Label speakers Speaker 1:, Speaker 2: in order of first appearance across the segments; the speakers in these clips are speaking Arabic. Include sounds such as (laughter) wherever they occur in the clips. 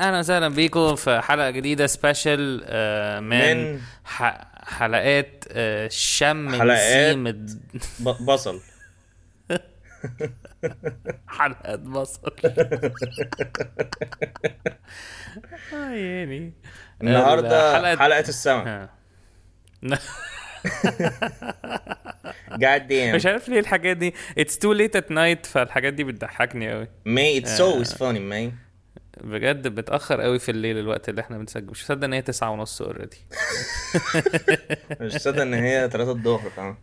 Speaker 1: اهلا وسهلا بيكم في حلقه جديدة سبيشال من,
Speaker 2: من-
Speaker 1: ح... حلقات آه، شم
Speaker 2: حلقات-
Speaker 1: نسيم
Speaker 2: ب-
Speaker 1: (laughs)
Speaker 2: بصل
Speaker 1: حلقة بصل
Speaker 2: (laughs)
Speaker 1: آه، يعني
Speaker 2: النهارده
Speaker 1: الحلقة-
Speaker 2: حلقه السمك
Speaker 1: آه.
Speaker 2: (laughs) يعني. جاد دام
Speaker 1: مش عارف ليه الحاجات دي اتس تو ليت ات نايت فالحاجات دي بتضحكني قوي
Speaker 2: مي اتس
Speaker 1: آه.
Speaker 2: always funny مي
Speaker 1: بجد بتاخر قوي في الليل الوقت اللي احنا بنسجل مش مصدق ان هي 9 ونص اوريدي
Speaker 2: مش صدق ان هي 3 الظهر فاهم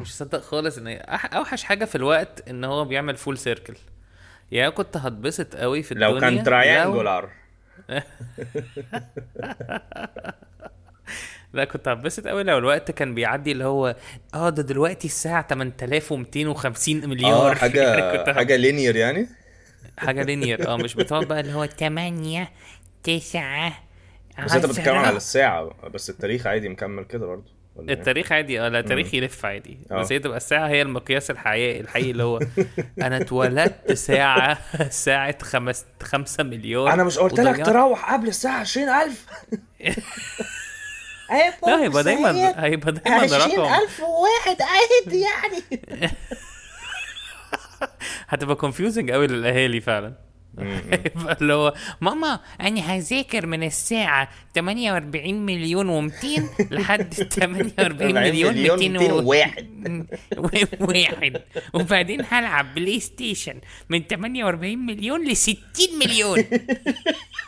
Speaker 1: مش مصدق خالص ان هي أح- اوحش حاجه في الوقت ان هو بيعمل فول سيركل يا كنت هتبسط قوي في الدنيا
Speaker 2: لو كان
Speaker 1: لو-
Speaker 2: تراينجولار
Speaker 1: لا كنت هتبسط قوي لو الوقت كان بيعدي اللي هو اه ده دلوقتي الساعه 8250 مليار (laughs)
Speaker 2: اه
Speaker 1: يعني كنت
Speaker 2: حاجه
Speaker 1: هب-
Speaker 2: حاجه لينير يعني
Speaker 1: حاجه لينير اه مش بتقعد بقى اللي هو 8 9
Speaker 2: بس انت بتتكلم على الساعه بس التاريخ عادي مكمل كده برضه ولا إيه؟
Speaker 1: التاريخ عادي اه لا التاريخ يلف عادي
Speaker 2: آه.
Speaker 1: بس هي تبقى الساعه هي المقياس الحقيقي الحقيقي اللي
Speaker 2: (laughs)
Speaker 1: هو انا اتولدت ساعه ساعه خمس خمسة مليار
Speaker 2: انا مش قلت لك
Speaker 1: وضيعت-
Speaker 2: تروح قبل الساعه 20000
Speaker 1: لا هيبقى دايما هيبقى دايما رقم
Speaker 2: وواحد قاعد يعني
Speaker 1: هتبقى كونفيوزنج قوي للاهالي فعلا هيبقى (laughs) اللي هو ماما انا هذاكر من الساعه 48 مليون و200
Speaker 2: (laughs)
Speaker 1: لحد 48 مليون
Speaker 2: 40
Speaker 1: 200 و... (laughs) واحد وبعدين هلعب بلاي ستيشن من 48 مليون ل 60 مليون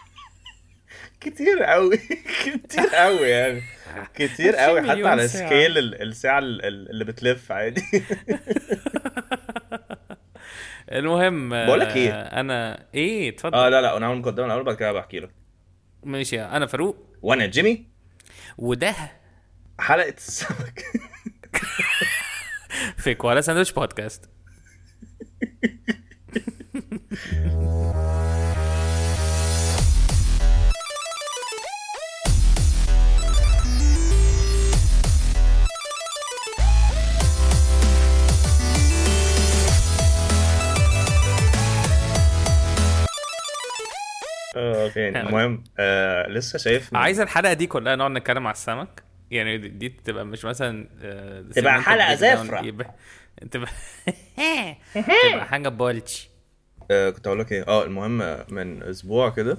Speaker 2: (laughs) كتير قوي (laughs) كتير قوي يعني كتير
Speaker 1: (laughs)
Speaker 2: قوي حتى
Speaker 1: مليون
Speaker 2: على
Speaker 1: ساعة.
Speaker 2: سكيل ال- الساعه ال- ال- اللي بتلف عادي (laughs)
Speaker 1: المهم
Speaker 2: بقولك إيه؟
Speaker 1: آه، انا ايه اتفضل
Speaker 2: اه لا لا انا هعمل مقدمه الاول بعد كده بحكي لك
Speaker 1: ماشي انا فاروق
Speaker 2: وانا جيمي
Speaker 1: وده
Speaker 2: حلقه السمك (laughs)
Speaker 1: في كوالا ساندويتش بودكاست
Speaker 2: اه
Speaker 1: (laughs)
Speaker 2: فين المهم آه لسه شايف من-
Speaker 1: عايز الحلقه دي كلها نقعد نتكلم على السمك يعني دي- دي تبقى مش مثلا آه، segmented
Speaker 2: حلقة
Speaker 1: breakdown.
Speaker 2: زفرة.
Speaker 1: يبقى- (laughs)
Speaker 2: (laughs)
Speaker 1: تبقى تبقى حاجه بولتش
Speaker 2: آه كنت اقول لك ايه اه المهم آه، من اسبوع كده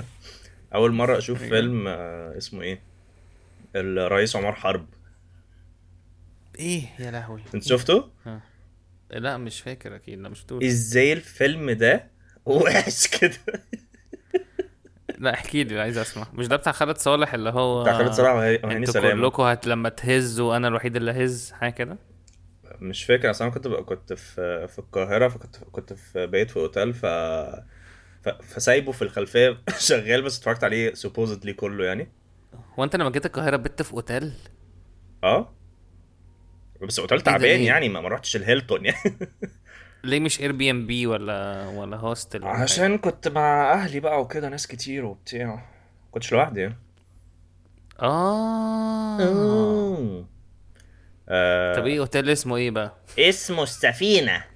Speaker 2: (laughs) اول مره اشوف فيلم آه اسمه ايه الرئيس عمر حرب
Speaker 1: ايه يا لهوي
Speaker 2: انت
Speaker 1: (laughs)
Speaker 2: شفته
Speaker 1: لا مش فاكر اكيد لا مش بتقول
Speaker 2: ازاي الفيلم ده وحش كده
Speaker 1: (laughs) لا احكي لي عايز اسمع مش ده بتاع خالد صالح اللي هو
Speaker 2: بتاع خالد صالح يعني وهي- وهاني
Speaker 1: انتوا
Speaker 2: سلامة.
Speaker 1: كلكم هت لما تهزوا انا الوحيد اللي هز حاجه كده
Speaker 2: مش فاكر اصل انا كنت بقى كنت في في القاهره فكنت كنت في بيت في اوتيل ف ف- فسايبه في الخلفيه (laughs) شغال بس اتفرجت عليه سوبوزيتلي كله يعني
Speaker 1: هو انت لما جيت القاهره بت في اوتيل
Speaker 2: اه بس اوتيل تعبان
Speaker 1: ليه؟
Speaker 2: يعني ما ما رحتش الهيلتون (laughs) يعني
Speaker 1: ليه مش اير بي ام بي ولا ولا هوستل ولا حاجة؟
Speaker 2: كنت مع اهلي بقى وكده ناس كتير وبتاع كنتش لوحدي يعني
Speaker 1: اه
Speaker 2: آه. آه.
Speaker 1: طب ايه اوتيل اسمه ايه بقى
Speaker 2: اسمه السفينه
Speaker 1: (laughs)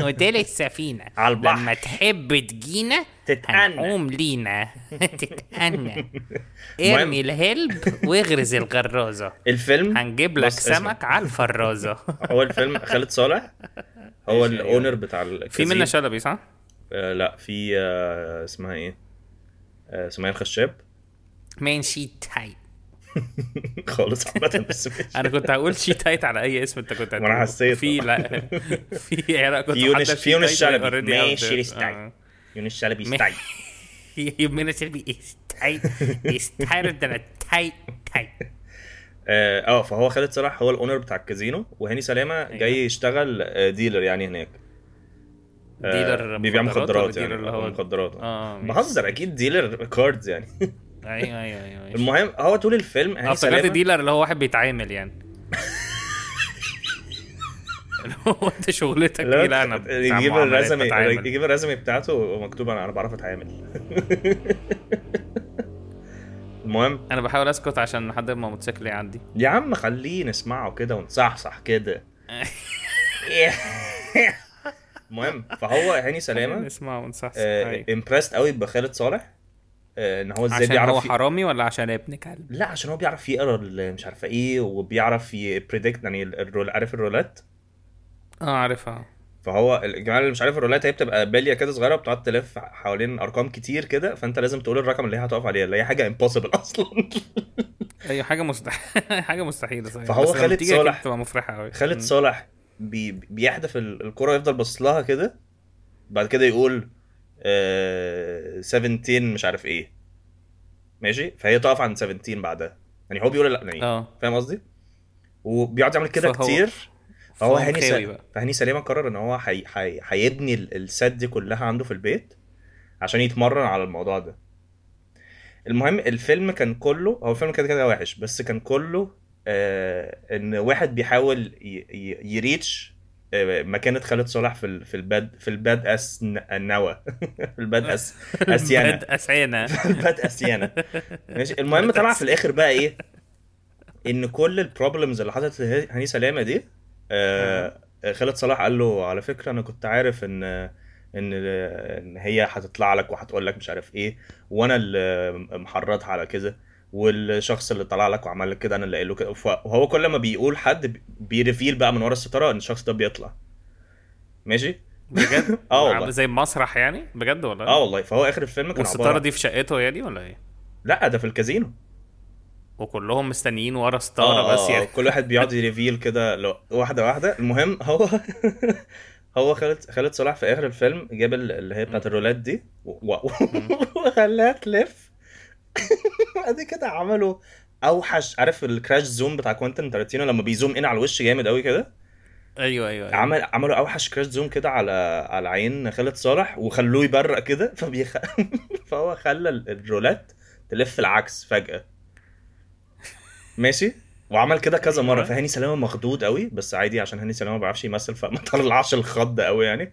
Speaker 1: اوتيل السفينه
Speaker 2: على البحر.
Speaker 1: لما تحب تجينا
Speaker 2: تتأنى.
Speaker 1: هنقوم لينا (laughs)
Speaker 2: (laughs)
Speaker 1: تتأنى ارمي الهلب واغرز الغرازه
Speaker 2: الفيلم
Speaker 1: هنجيب لك
Speaker 2: بص، اسمع.
Speaker 1: سمك على
Speaker 2: (laughs)
Speaker 1: الفرازه
Speaker 2: هو الفيلم خالد صالح
Speaker 1: (laughs)
Speaker 2: هو الاونر بتاع
Speaker 1: في
Speaker 2: الكازينو.
Speaker 1: منى شلبي صح؟
Speaker 2: آه لا في آه اسمها ايه آه سمية الخشاب
Speaker 1: مان شي تايت
Speaker 2: (laughs) خالص عامة بس ماشي.
Speaker 1: (laughs) انا كنت هقول شي تايت على اي اسم انت كنت هتقوله
Speaker 2: وأنا حسيت.
Speaker 1: في
Speaker 2: (laughs)
Speaker 1: لا في عراق كنت
Speaker 2: في يونس-
Speaker 1: حاطة
Speaker 2: في
Speaker 1: شي
Speaker 2: يونس
Speaker 1: تايت
Speaker 2: شلبي.
Speaker 1: already out
Speaker 2: ماشي،
Speaker 1: there.
Speaker 2: يونس تايت.
Speaker 1: آه.
Speaker 2: يونس شلبي
Speaker 1: م- (laughs)
Speaker 2: ستايل
Speaker 1: منى شلبي is tight is tighter than a tight tight
Speaker 2: اه آه، فهو خالد صلاح هو الاونر بتاع الكازينو وهاني سلامه
Speaker 1: أيوة.
Speaker 2: جاي يشتغل آه، ديلر يعني هناك آه،
Speaker 1: ديلر
Speaker 2: بيبيع مخدرات
Speaker 1: ولا
Speaker 2: يعني
Speaker 1: dealer اللي
Speaker 2: آه،
Speaker 1: هو
Speaker 2: مخدرات
Speaker 1: آه، ماشي.
Speaker 2: بهزر اكيد ديلر كاردز يعني
Speaker 1: ايوه ايوه ايوه ماشي.
Speaker 2: المهم هو طول الفيلم هاني
Speaker 1: آه، افتكرت
Speaker 2: سلامه
Speaker 1: ديلر اللي هو واحد بيتعامل يعني اللي هو انت شغلتك
Speaker 2: لا، آه،
Speaker 1: ايه لا انا بتاع
Speaker 2: يجيب
Speaker 1: معاملات،
Speaker 2: الرزمه
Speaker 1: بتعامل.
Speaker 2: يجيب الرزمه بتاعته مكتوب انا انا بعرف اتعامل (laughs) المهم
Speaker 1: انا بحاول اسكت عشان لحد ما الموتوسيكل يعدي
Speaker 2: يا
Speaker 1: (laughs)
Speaker 2: عم خليه نسمعه كده ونصحصح كده المهم فهو هاني سلامه
Speaker 1: نسمعه ونصحصح
Speaker 2: آه،
Speaker 1: أيوة.
Speaker 2: امبرست قوي بخالد صالح آه، ان هو ازاي
Speaker 1: عشان هو
Speaker 2: إيه، بيعرف ي-
Speaker 1: حرامي ولا عشان ابن كلب
Speaker 2: لا عشان هو بيعرف يقرا ال- مش عارفه ايه وبيعرف يبريدكت يعني ال- الرول عارف الرولات
Speaker 1: اه عارفها
Speaker 2: فهو الجماعه اللي مش عارف الرولات هي بتبقى باليه كده صغيره بتقعد تلف حوالين ارقام كتير كده فانت لازم تقول الرقم اللي هي هتقف عليه اللي هي حاجه امبوسيبل (laughs) اصلا
Speaker 1: ايوه حاجه (laughs) مستحيله حاجه مستحيله صحيح
Speaker 2: فهو
Speaker 1: بس لما
Speaker 2: خالد
Speaker 1: بتيجي أكيد
Speaker 2: صالح-
Speaker 1: بتبقى مفرحه قوي
Speaker 2: خالد صالح بي بيحدف ال- الكرة يفضل باصص لها كده بعد كده يقول آه 17 مش عارف ايه ماشي فهي تقف عند 17 بعدها يعني هو بيقول لا يعني
Speaker 1: اه
Speaker 2: فاهم قصدي وبيقعد يعمل كده
Speaker 1: فهو-
Speaker 2: كتير فهو هاني
Speaker 1: مخاوي
Speaker 2: سليم
Speaker 1: بقى
Speaker 2: فهاني سليم قرر ان هو هي- هي- هيبني ال- السات دي كلها عنده في البيت عشان يتمرن على الموضوع ده المهم الفيلم كان كله هو الفيلم كده كده وحش بس كان كله آه ان واحد بيحاول ي- ي- يريتش آه، مكانة خالد صالح في ال- في الباد في الباد اس نوا (laughs) في الباد
Speaker 1: آه.
Speaker 2: اس اسيانا
Speaker 1: بد اسيانا
Speaker 2: (laughs) باد اسيانا ماشي المهم طلع في الاخر بقى ايه ان كل البروبلمز اللي حصلت هاني سلامه دي آه خالد صلاح قال له على فكره انا كنت عارف ان ان ان هي هتطلع لك وهتقول لك مش عارف ايه وانا اللي محرضها على كذا والشخص اللي طلع لك وعمل لك كده انا اللي قايل له كده وهو كل ما بيقول حد بي- بيريفيل بقى من ورا الستاره ان الشخص ده بيطلع ماشي
Speaker 1: بجد
Speaker 2: (laughs) آه والله.
Speaker 1: زي مسرح يعني بجد والله
Speaker 2: اه والله فهو اخر الفيلم كان
Speaker 1: والستاره
Speaker 2: عباره
Speaker 1: دي في شقته يعني ولا ايه
Speaker 2: لا ده في الكازينو
Speaker 1: وكلهم مستنيين ورا ستاره
Speaker 2: اه
Speaker 1: بس
Speaker 2: آه،
Speaker 1: يعني
Speaker 2: كل واحد بيقعد يريفيل كده لو- واحده واحده المهم هو (laughs) هو خالد خالد صلاح في اخر الفيلم جاب ال- اللي هي بتاعت الرولات دي و- و- (laughs) وخلاها تلف (laughs) بعد كده عملوا اوحش عارف الكراش زوم بتاع كوينتن تارانتينو لما بيزوم ان على الوش جامد قوي كده
Speaker 1: ايوه ايوه, أيوة.
Speaker 2: عمل عملوا اوحش كراش زوم كده على على عين خالد صالح وخلوه يبرق كده (laughs) فبيخ... فهو خلى ال- الرولات تلف العكس فجأة ماشي وعمل كده كذا
Speaker 1: أيوة.
Speaker 2: مره فهاني سلامه مخضوض قوي بس عادي عشان هاني سلامه ما بيعرفش يمثل فما (laughs) طلعش الخض قوي يعني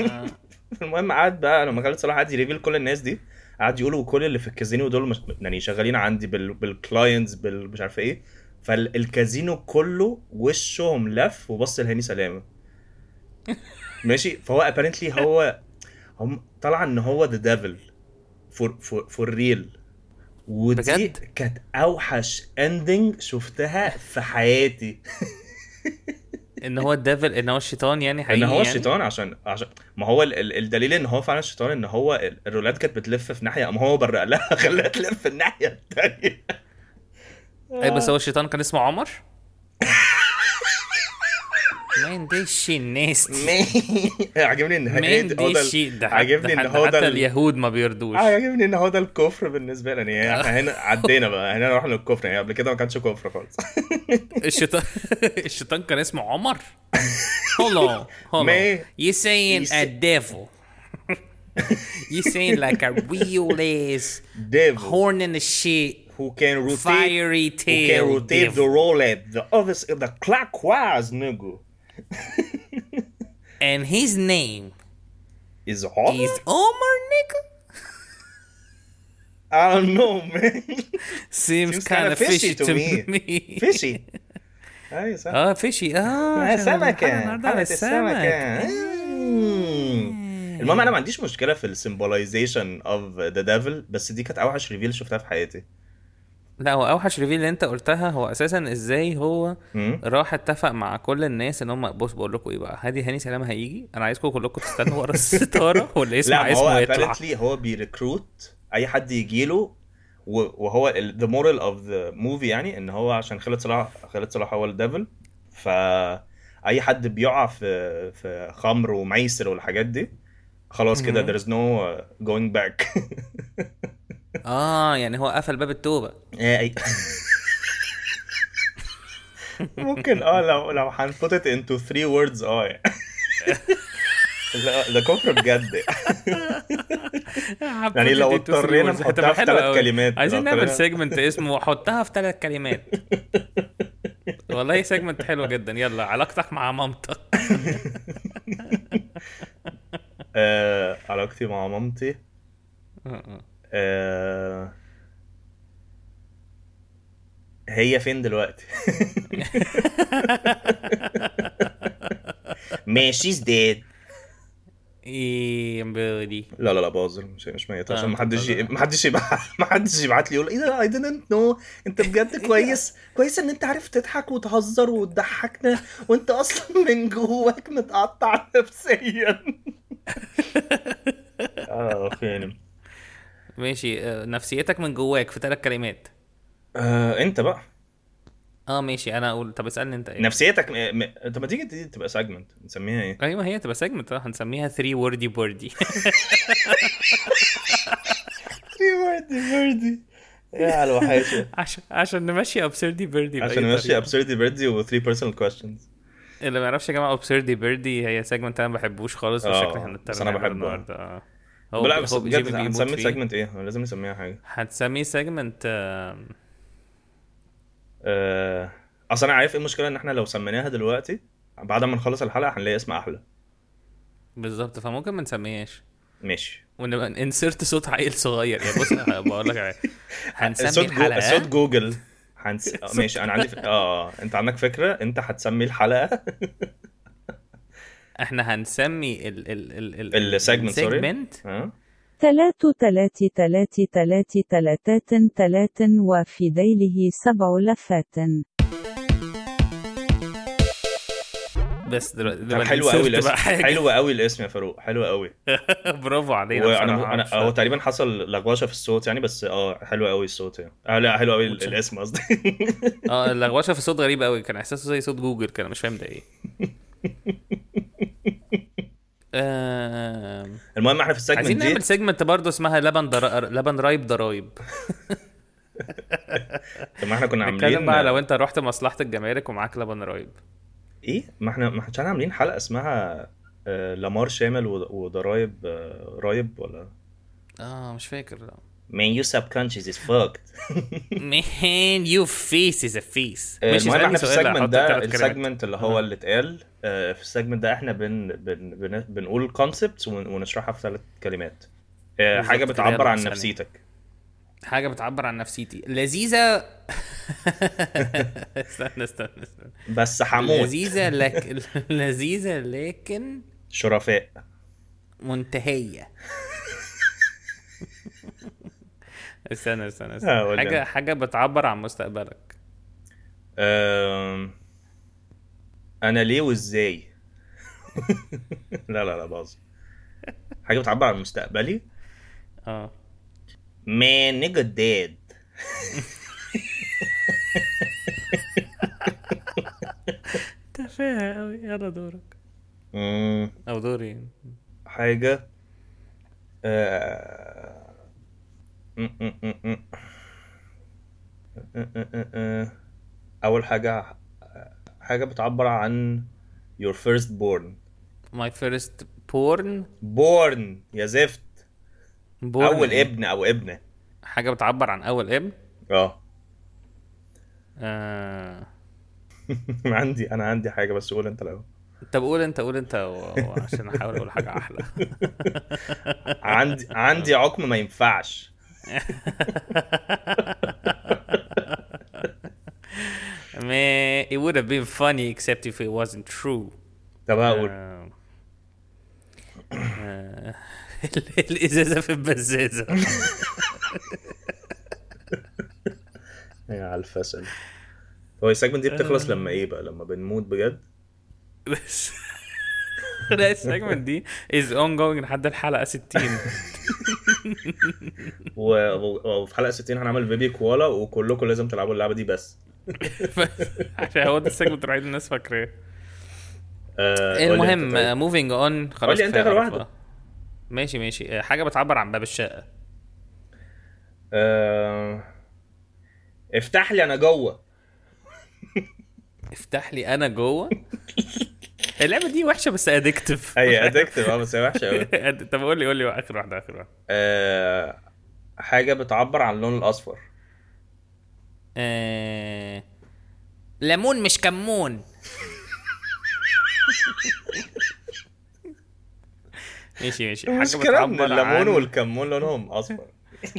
Speaker 1: آه.
Speaker 2: (laughs) المهم قعد بقى لما خالد صلاح قعد يريفيل كل الناس دي قعد يقولوا كل اللي في الكازينو دول مش يعني شغالين عندي بال... بالكلاينتس بال... مش عارف ايه فالكازينو كله وشهم لف وبص لهاني سلامه ماشي فهو ابارنتلي هو هم طلع ان هو ذا ديفل فور فور فور ريل ودي
Speaker 1: بجد؟
Speaker 2: كانت اوحش اندنج شفتها في حياتي
Speaker 1: ان هو الديفل ان هو الشيطان يعني حقيقي
Speaker 2: ان هو
Speaker 1: يعني؟
Speaker 2: الشيطان عشان عشان ما هو ال- ال- الدليل ان هو فعلا الشيطان ان هو ال- الرولات كانت بتلف في ناحيه اما هو برق لها (laughs) خلاها تلف في الناحيه الثانيه
Speaker 1: اي بس هو الشيطان كان اسمه عمر مين دي الناس دي؟
Speaker 2: عاجبني ان هي-
Speaker 1: مين
Speaker 2: ده- هو
Speaker 1: دي
Speaker 2: ده ال-
Speaker 1: الشيء ده
Speaker 2: عاجبني
Speaker 1: ده
Speaker 2: ان
Speaker 1: حد-
Speaker 2: هو ده
Speaker 1: حتى
Speaker 2: ال- آه.
Speaker 1: اليهود ما بيرضوش
Speaker 2: عاجبني ان هو ده الكفر بالنسبه لنا يعني احنا هنا عدينا بقى هنا رحنا للكفر يعني قبل كده ما كانش كفر خالص
Speaker 1: (laughs) الشيطان (laughs) الشيطان كان اسمه عمر هولو هولو
Speaker 2: Man.
Speaker 1: you saying
Speaker 2: He's-
Speaker 1: a devil you saying like a real
Speaker 2: (laughs)
Speaker 1: ass
Speaker 2: ديفل
Speaker 1: horn in the shit
Speaker 2: who can rotate
Speaker 1: fiery
Speaker 2: who can
Speaker 1: tail
Speaker 2: rotate the
Speaker 1: devil.
Speaker 2: roulette the others the clockwise nigga
Speaker 1: and his name
Speaker 2: is on
Speaker 1: is Omar nigga
Speaker 2: I don't know man (laughs)
Speaker 1: seems,
Speaker 2: Seems
Speaker 1: kind
Speaker 2: kinda
Speaker 1: of fishy, to me, (laughs)
Speaker 2: fishy اي صح
Speaker 1: اه فيشي
Speaker 2: (laughs)
Speaker 1: اه
Speaker 2: آه،
Speaker 1: عشان الحلقة
Speaker 2: سمكة
Speaker 1: النهاردة
Speaker 2: حلقة
Speaker 1: على
Speaker 2: السمكة مم. Hmm. المهم انا ما عنديش مشكله في السيمبولايزيشن اوف ذا ديفل بس دي كانت اوحش ريفيل شفتها في حياتي
Speaker 1: لا هو اوحش ريفيل اللي انت قلتها هو اساسا ازاي هو
Speaker 2: مم.
Speaker 1: راح اتفق مع كل الناس ان هم بص بقول لكم ايه بقى هادي هاني سلام هيجي انا عايزكم كلكم تستنوا ورا (laughs) الستاره واللي
Speaker 2: لا
Speaker 1: يسمع
Speaker 2: ما هو
Speaker 1: اسمه يطلع
Speaker 2: apparently هو بيركروت اي حد يجي له وهو ذا مورال اوف ذا موفي يعني ان هو عشان خالد صلاح خالد صلاح هو الديفل ف اي حد بيقع في في خمر وميسر والحاجات دي خلاص كده there is no uh, going back (laughs)
Speaker 1: اه يعني هو قفل باب التوبه
Speaker 2: آه، أي- ممكن اه لو لو هنفوت ات انتو 3 ووردز اه يعني. (laughs) لا ده كفر بجد (laughs) يعني لو اضطرينا نحطها في ثلاث كلمات، لو
Speaker 1: عايزين نعمل
Speaker 2: اضطرينا-
Speaker 1: سيجمنت اسمه حطها في ثلاث كلمات
Speaker 2: (laughs)
Speaker 1: والله سيجمنت حلو جدا يلا علاقتك مع مامتك
Speaker 2: (laughs) آه، علاقتي مع مامتي آه، هي فين دلوقتي؟ ماشي ديد
Speaker 1: ايه بدي
Speaker 2: لا لا لا بهزر مش مش ميت
Speaker 1: آه،
Speaker 2: عشان
Speaker 1: أنت
Speaker 2: محدش ي-
Speaker 1: بتهزر.
Speaker 2: محدش يبعت (laughs) محدش يبعت لي يقول ايه ده اي didn't نو انت بجد كويس كويس ان انت عارف تضحك وتهزر وتضحكنا وانت اصلا من جواك متقطع نفسيا اه فين
Speaker 1: ماشي آه، نفسيتك من جواك في ثلاث كلمات
Speaker 2: آه انت بقى
Speaker 1: اه ماشي انا اقول طب اسالني انت ايه
Speaker 2: نفسيتك م... م... طب ما تيجي دي تبقى سيجمنت نسميها
Speaker 1: (laughs)
Speaker 2: ايه؟
Speaker 1: ايوه هي تبقى سيجمنت هنسميها 3 وردي بوردي (laughs)
Speaker 2: وردي وردي يا على وحياتي
Speaker 1: عشان عشان نمشي ابسردي بيردي بأي
Speaker 2: (laughs) عشان
Speaker 1: طريقة.
Speaker 2: نمشي absurdity birdie و 3 personal questions
Speaker 1: اللي ما يعرفش يا جماعه ابسردي بيردي هي سيجمنت انا ما بحبوش خالص
Speaker 2: آه،
Speaker 1: وشكلي
Speaker 2: بس
Speaker 1: هنضطر
Speaker 2: أنا
Speaker 1: نعمله
Speaker 2: بحبه.
Speaker 1: النهارده اه هو
Speaker 2: لا بس
Speaker 1: هو
Speaker 2: بجد
Speaker 1: جيمي بيموت
Speaker 2: هنسمي
Speaker 1: فيه.
Speaker 2: سيجمنت ايه؟ لازم نسميها حاجه
Speaker 1: هتسميه سيجمنت
Speaker 2: آه، اصل انا عارف ايه المشكله ان احنا لو سميناها دلوقتي بعد ما نخلص الحلقه هنلاقي اسم احلى
Speaker 1: بالظبط فممكن ما نسميهاش
Speaker 2: ماشي
Speaker 1: ونبقى انسرت صوت عيل صغير يعني بص (laughs) أنا بقول لك على- هنسمي
Speaker 2: صوت جو... صوت
Speaker 1: الحلقه
Speaker 2: جوجل
Speaker 1: (laughs)
Speaker 2: هنس... آه، ماشي انا عندي ف... اه آه. انت عندك فكره انت هتسمي الحلقه
Speaker 1: احنا هنسمي ال ال ال
Speaker 2: السيجمنت سوري
Speaker 1: segment
Speaker 2: (laughs) آه؟
Speaker 3: ثلاث ثلاث ثلاث ثلاث ثلاثات ثلاث وفي ذيله سبع لفات
Speaker 1: بس دلوقتي
Speaker 2: طب
Speaker 1: دلوقتي
Speaker 2: حلو قوي
Speaker 1: insert
Speaker 2: الاسم
Speaker 1: بقى حاجه
Speaker 2: حلو قوي الاسم يا فاروق حلو قوي
Speaker 1: (laughs) برافو علينا
Speaker 2: وانا
Speaker 1: بصراحة،
Speaker 2: انا
Speaker 1: مش-
Speaker 2: هو تقريبا حصل لغوشه في الصوت يعني بس اه حلو قوي الصوت يعني آه لا حلو قوي ال- الاسم قصدي (laughs)
Speaker 1: اه اللغوشه في صوت غريب قوي كان احساسه زي صوت جوجل كان مش فاهم ده
Speaker 2: (laughs)
Speaker 1: ايه آم،
Speaker 2: المهم احنا في السيجمنت
Speaker 1: عايزين
Speaker 2: دي
Speaker 1: نعمل سيجمنت برضه اسمها لبن در... لبن رايب ضرايب
Speaker 2: طب ما احنا كنا
Speaker 1: نتكلم
Speaker 2: عاملين يعني.
Speaker 1: بقى لو انت رحت مصلحه الجمارك ومعاك لبن رايب
Speaker 2: ايه ما احنا ما احنا كنا عاملين حلقه اسمها آه، لامار شامل ود- وضرايب آه، رايب ولا
Speaker 1: اه مش فاكر (laughs) لا
Speaker 2: man your subconscious is fucked
Speaker 1: مان يو فيس از ا فيس
Speaker 2: آه،
Speaker 1: مش
Speaker 2: المهم احنا في السيجمنت ده
Speaker 1: السجمنت
Speaker 2: السيجمنت اللي هو اللي اتقال آه، في السيجمنت ده احنا بن بن بن بنقول كونسبتس ونشرحها في ثلاث كلمات آه،
Speaker 1: بالظبط
Speaker 2: حاجه
Speaker 1: كده،
Speaker 2: بتعبر
Speaker 1: يلا
Speaker 2: عن
Speaker 1: اسألني.
Speaker 2: نفسيتك
Speaker 1: حاجه بتعبر عن نفسيتي لذيذه (laughs) استنى استنى استنى
Speaker 2: بس حموت
Speaker 1: لذيذه لك لذيذه لكن
Speaker 2: شرفاء
Speaker 1: منتهيه (laughs) استنى استنى,
Speaker 2: آه،
Speaker 1: استنى.
Speaker 2: قول
Speaker 1: حاجه
Speaker 2: لنا.
Speaker 1: حاجه بتعبر عن مستقبلك
Speaker 2: آم، انا ليه وازاي لا لا لا باظ حاجه بتعبر عن مستقبلي
Speaker 1: اه
Speaker 2: Man, nigga dead.
Speaker 1: تفاهه قوي يلا دورك او دوري
Speaker 2: حاجة آه، م- م- م- م. آه، آه، آه، آه. أول حاجة حاجة بتعبر عن your first born
Speaker 1: ماي فيرست بورن
Speaker 2: born يا زفت
Speaker 1: بورن
Speaker 2: أول ابن أو ابنة
Speaker 1: حاجه بتعبر عن اول ابن
Speaker 2: اه
Speaker 1: آه.
Speaker 2: (laughs) عندي أنا عندي حاجة بس قول أنت الأول
Speaker 1: طب قول انت قول انت و- وعشان احاول اقول حاجه احلى (laughs)
Speaker 2: عندي عندي عقم ما ينفعش
Speaker 1: Man, it would have been funny except if it wasn't true.
Speaker 2: طب هقول
Speaker 1: Um, (laughs) آه، الازازه في (laughs) البزازه
Speaker 2: يا على الفشل هو السيجمنت دي بتخلص
Speaker 1: آه.
Speaker 2: لما ايه بقى لما بنموت بجد
Speaker 1: بس لا السيجمنت دي از اون جوينج لحد الحلقه 60
Speaker 2: و- و- وفي حلقه 60 هنعمل بيبي كوالا وكلكم لازم تلعبوا اللعبه دي بس
Speaker 1: (laughs) عشان هو ده السيجمنت الوحيد اللي الناس فاكراه
Speaker 2: آه، قول لي أنت طيب.
Speaker 1: المهم موفينج اون خلاص
Speaker 2: قول لي أنت
Speaker 1: كفاية
Speaker 2: آخر
Speaker 1: قرف.
Speaker 2: واحدة.
Speaker 1: ماشي ماشي آه، حاجه بتعبر عن باب الشقه
Speaker 2: آه، افتح لي انا جوه
Speaker 1: افتح لي انا
Speaker 2: (laughs)
Speaker 1: جوه اللعبه دي وحشه بس ادكتف (laughs)
Speaker 2: هي ادكتيف اه بس هي وحشه قوي
Speaker 1: طب قول لي قول لي اخر واحده اخر واحده
Speaker 2: حاجه آه، بتعبر عن اللون الاصفر
Speaker 1: آه... ليمون مش
Speaker 2: (laughs)
Speaker 1: كمون ماشي ماشي حاجه
Speaker 2: المشكله ان
Speaker 1: بتعبر
Speaker 2: الليمون
Speaker 1: عن
Speaker 2: والكمون لونهم اصفر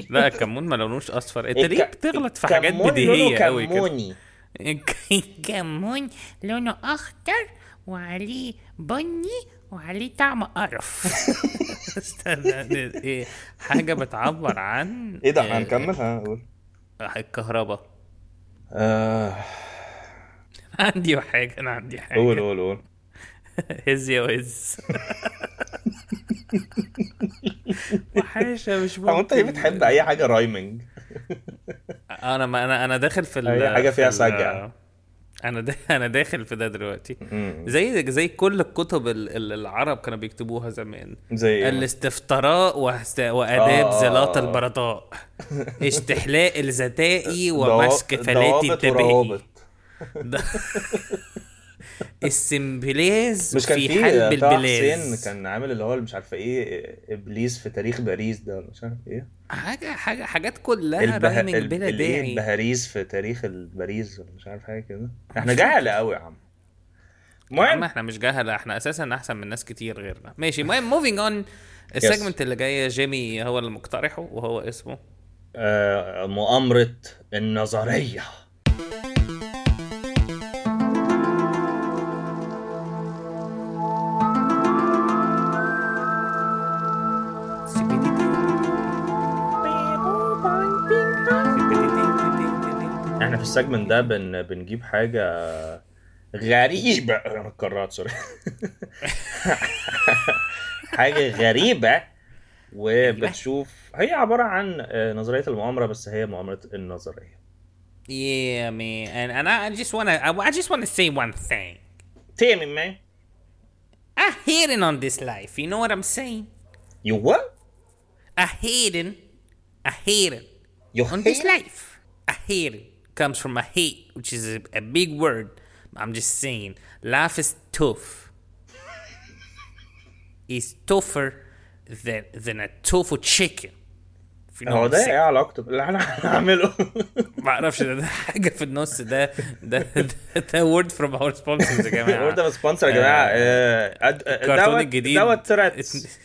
Speaker 1: لا الكمون ما لونوش اصفر انت ليه
Speaker 2: الك-
Speaker 1: بتغلط في حاجات
Speaker 2: الكمون لونه
Speaker 1: بديهيه قوي كده
Speaker 2: كموني
Speaker 1: الكمون لونه اخضر وعليه بني وعليه طعم قرف (laughs) استنى إيه حاجه بتعبر عن
Speaker 2: ايه ده
Speaker 1: آه،
Speaker 2: احنا هنكمل هنقول
Speaker 1: الكهرباء
Speaker 2: آه،
Speaker 1: عندي حاجه انا عندي حاجه
Speaker 2: قول قول قول
Speaker 1: هز يا
Speaker 2: (laughs)
Speaker 1: وز وحاشة مش
Speaker 2: هو انت ليه
Speaker 1: ممكن.
Speaker 2: إيه بتحب اي حاجه رايمنج
Speaker 1: انا ما انا انا داخل في ال-
Speaker 2: أي حاجة فيها
Speaker 1: في ال-
Speaker 2: سجع.
Speaker 1: انا دا انا داخل في ده دلوقتي زي زي كل الكتب ال- ال- العرب كانوا بيكتبوها زمان
Speaker 2: زي ايه
Speaker 1: الاستفتراء وهست- واداب
Speaker 2: آه.
Speaker 1: زلاط البرضاء استحلاء
Speaker 2: (laughs)
Speaker 1: الزتائي
Speaker 2: دوا-
Speaker 1: ومسك فلاتي
Speaker 2: ضوابط
Speaker 1: التبائي (laughs)
Speaker 2: وروابط.
Speaker 1: السمبليز
Speaker 2: مش كان
Speaker 1: في
Speaker 2: في
Speaker 1: حلب
Speaker 2: طه
Speaker 1: البلاد
Speaker 2: حسين كان عامل اللي هو اللي مش عارف ايه ابليس في تاريخ باريس ده ولا مش عارف ايه
Speaker 1: حاجه حاجه حاجات كلها
Speaker 2: البه...
Speaker 1: رايمنج
Speaker 2: ال...
Speaker 1: بلا
Speaker 2: الايه
Speaker 1: داعي
Speaker 2: البهاريز في تاريخ الباريس ولا مش عارف حاجه كده احنا جهله قوي يا عم
Speaker 1: المهم
Speaker 2: المهم
Speaker 1: احنا مش جهله احنا اساسا احسن من ناس كتير غيرنا ماشي المهم موفينج اون السيجمنت اللي جاي جيمي هو اللي مقترحه وهو اسمه
Speaker 2: آه، مؤامره النظريه احنا في السجمنت ده بن... بنجيب حاجه غريبه انا اتكررت سوري (laughs) حاجه غريبه وبتشوف هي عباره عن آه، نظريه المؤامره بس هي مؤامره النظريه
Speaker 1: Yeah man and, and I I just wanna I, I just wanna say one thing
Speaker 2: تامي ما
Speaker 1: I hating on this life you know what I'm saying
Speaker 2: يو وات
Speaker 1: I hating I hating
Speaker 2: يو
Speaker 1: on this life. I hate it. Comes from a hate, which is a, a big word. I'm just saying, life is tough. (laughs) it's tougher than than a tofu chicken. If you know
Speaker 2: هو
Speaker 1: what I'm
Speaker 2: ده
Speaker 1: saying. (laughs)
Speaker 2: ايه علاقته باللي انا هعمله؟
Speaker 1: ما اعرفش ده, ده حاجه في النص ده ده (laughs) ده- ده وورد فروم اور
Speaker 2: (laughs)
Speaker 1: سبونسرز يا جماعه
Speaker 2: اوردر سبونسر يا جماعه آه، أد- آه،
Speaker 1: الكرتون
Speaker 2: دوت-
Speaker 1: الجديد.
Speaker 2: دوت
Speaker 1: (laughs)
Speaker 2: تراتس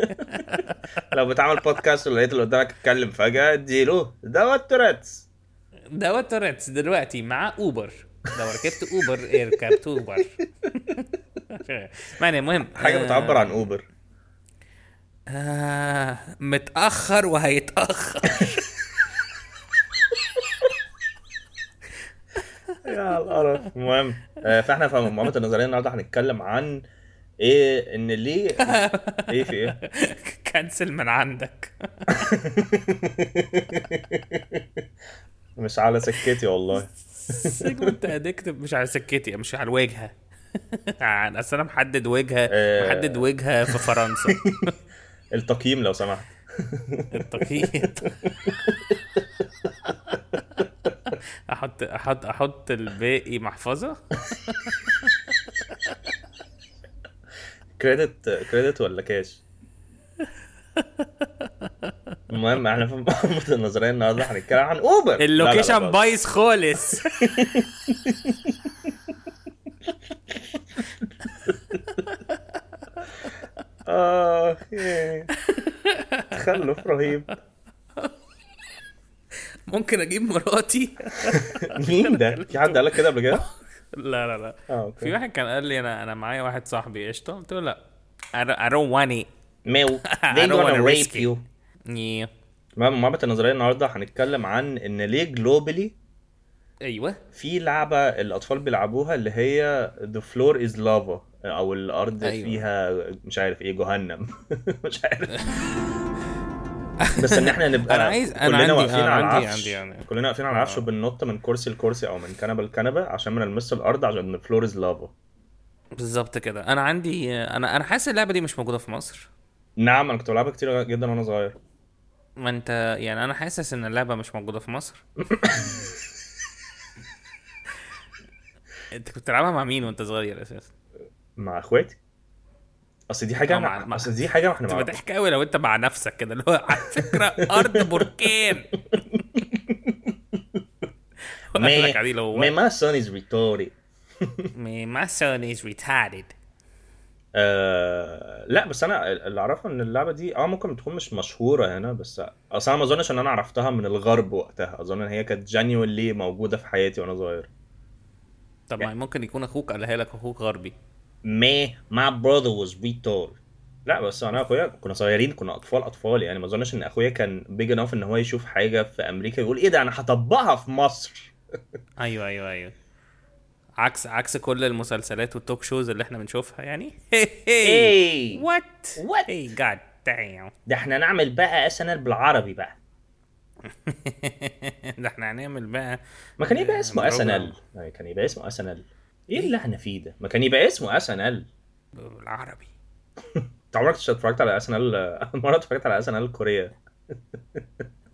Speaker 2: (laughs) لو بتعمل بودكاست ولقيت اللي قدامك اتكلم فجاه اديله دوت تراتس
Speaker 1: ده تورنتس دلوقتي مع اوبر لو ركبت اوبر اركب اوبر معنى المهم
Speaker 2: حاجه بتعبر عن اوبر
Speaker 1: آه متأخر وهيتأخر
Speaker 2: يا القرف المهم آه، فاحنا في مؤامره النظريه النهارده هنتكلم عن ايه ان
Speaker 1: (laughs)
Speaker 2: ليه ايه في ايه؟
Speaker 1: كنسل من عندك
Speaker 2: (laughs) مش على سكتي والله
Speaker 1: سيجمنت ادكتف مش على سكتي مش على الواجهة عن- اصل انا محدد وجهه
Speaker 2: آه.
Speaker 1: محدد وجهه في فرنسا
Speaker 2: التقييم لو سمحت
Speaker 1: التقييد احط احط احط الباقي محفظه
Speaker 2: كريدت كريدت ولا كاش المهم احنا في مؤامرة النظرية النهارده هنتكلم عن اوبر لا، لا، لا،
Speaker 1: اللوكيشن
Speaker 2: بس.
Speaker 1: بايظ خالص
Speaker 2: اه ياه.
Speaker 1: (laughs)
Speaker 2: تخلف رهيب
Speaker 1: ممكن اجيب مراتي
Speaker 2: مين ده؟ في حد قال لك كده قبل كده؟
Speaker 1: (laughs) لا لا لا
Speaker 2: اه
Speaker 1: في
Speaker 2: اوكي
Speaker 1: واحد كان قال لي انا انا معايا واحد صاحبي قشطه قلت له لا I don't- I don't want it
Speaker 2: ميو
Speaker 1: (laughs) I
Speaker 2: they
Speaker 1: don't
Speaker 2: gonna
Speaker 1: wanna risk
Speaker 2: rape
Speaker 1: it.
Speaker 2: you
Speaker 1: Yeah.
Speaker 2: المهم مؤامرة النظرية النهارده هنتكلم عن ان ليه جلوبالي
Speaker 1: ايوه
Speaker 2: في لعبة الأطفال بيلعبوها اللي هي the floor is lava أو الأرض
Speaker 1: أيوة.
Speaker 2: أيوة. فيها مش عارف إيه جهنم (laughs) مش
Speaker 1: (laughs)
Speaker 2: عارف بس إن إحنا نبقى
Speaker 1: أنا عايز- أنا
Speaker 2: كلنا
Speaker 1: عندي-
Speaker 2: واقفين
Speaker 1: أنا
Speaker 2: على
Speaker 1: عندي-
Speaker 2: العفش
Speaker 1: عندي- يعني. آه. عندي.
Speaker 2: كلنا واقفين على العفش وبننط من كرسي لكرسي أو من كنبة لكنبة عشان ما نلمس الأرض عشان the floor is lava
Speaker 1: بالظبط كده انا عندي انا انا حاسس اللعبه دي مش موجوده في مصر
Speaker 2: نعم أنا كنت بلعبها كتير جدا وأنا صغير
Speaker 1: ما انت يعني انا حاسس ان اللعبه مش موجوده في (laughs) مصر انت كنت بتلعبها مع مين وانت صغير اساسا
Speaker 2: مع إخواتي أصل دي حاجة
Speaker 1: آه، مع-
Speaker 2: أنا
Speaker 1: مع-
Speaker 2: أصل دي حاجة إحنا
Speaker 1: انت
Speaker 2: مع-
Speaker 1: بتضحك قوي لو انت مع نفسك كده اللي هو على فكره ارض (laughs) بركان (laughs)
Speaker 2: مي-
Speaker 1: لك عليه لو
Speaker 2: مي- my son is retarded
Speaker 1: my son is retarded
Speaker 2: آه لا بس انا اللي اعرفه ان اللعبه دي اه ممكن تكون مش مشهوره هنا بس اصل انا ما اظنش ان انا عرفتها من الغرب وقتها اظن ان هي كانت جينيولي موجوده في حياتي وانا صغير
Speaker 1: طب ما ممكن يكون اخوك قالها لك اخوك غربي
Speaker 2: me my brother was retard لا بس انا اخويا كنا صغيرين كنا اطفال اطفال يعني ما اظنش ان اخويا كان بيج انف ان هو يشوف حاجه في امريكا يقول ايه ده انا هطبقها في مصر
Speaker 1: ايوه ايوه ايوه عكس عكس كل المسلسلات والتوك شوز اللي احنا بنشوفها يعني
Speaker 2: Hey.
Speaker 1: وات
Speaker 2: What?
Speaker 1: هي جاد دايم
Speaker 2: إيه. ده احنا نعمل بقى اس بالعربي بقى
Speaker 1: ده احنا هنعمل بقى
Speaker 2: ما كان يبقى اسمه اس ان
Speaker 1: program.
Speaker 2: ال يعني كان يبقى اسمه اس ان ال ايه اللي احنا فيه ده ما كان يبقى اسمه اس ان ال
Speaker 1: بالعربي
Speaker 2: انت عمرك اتفرجت على (laughs) اس ان ال مره اتفرجت على اس ان ال كوريا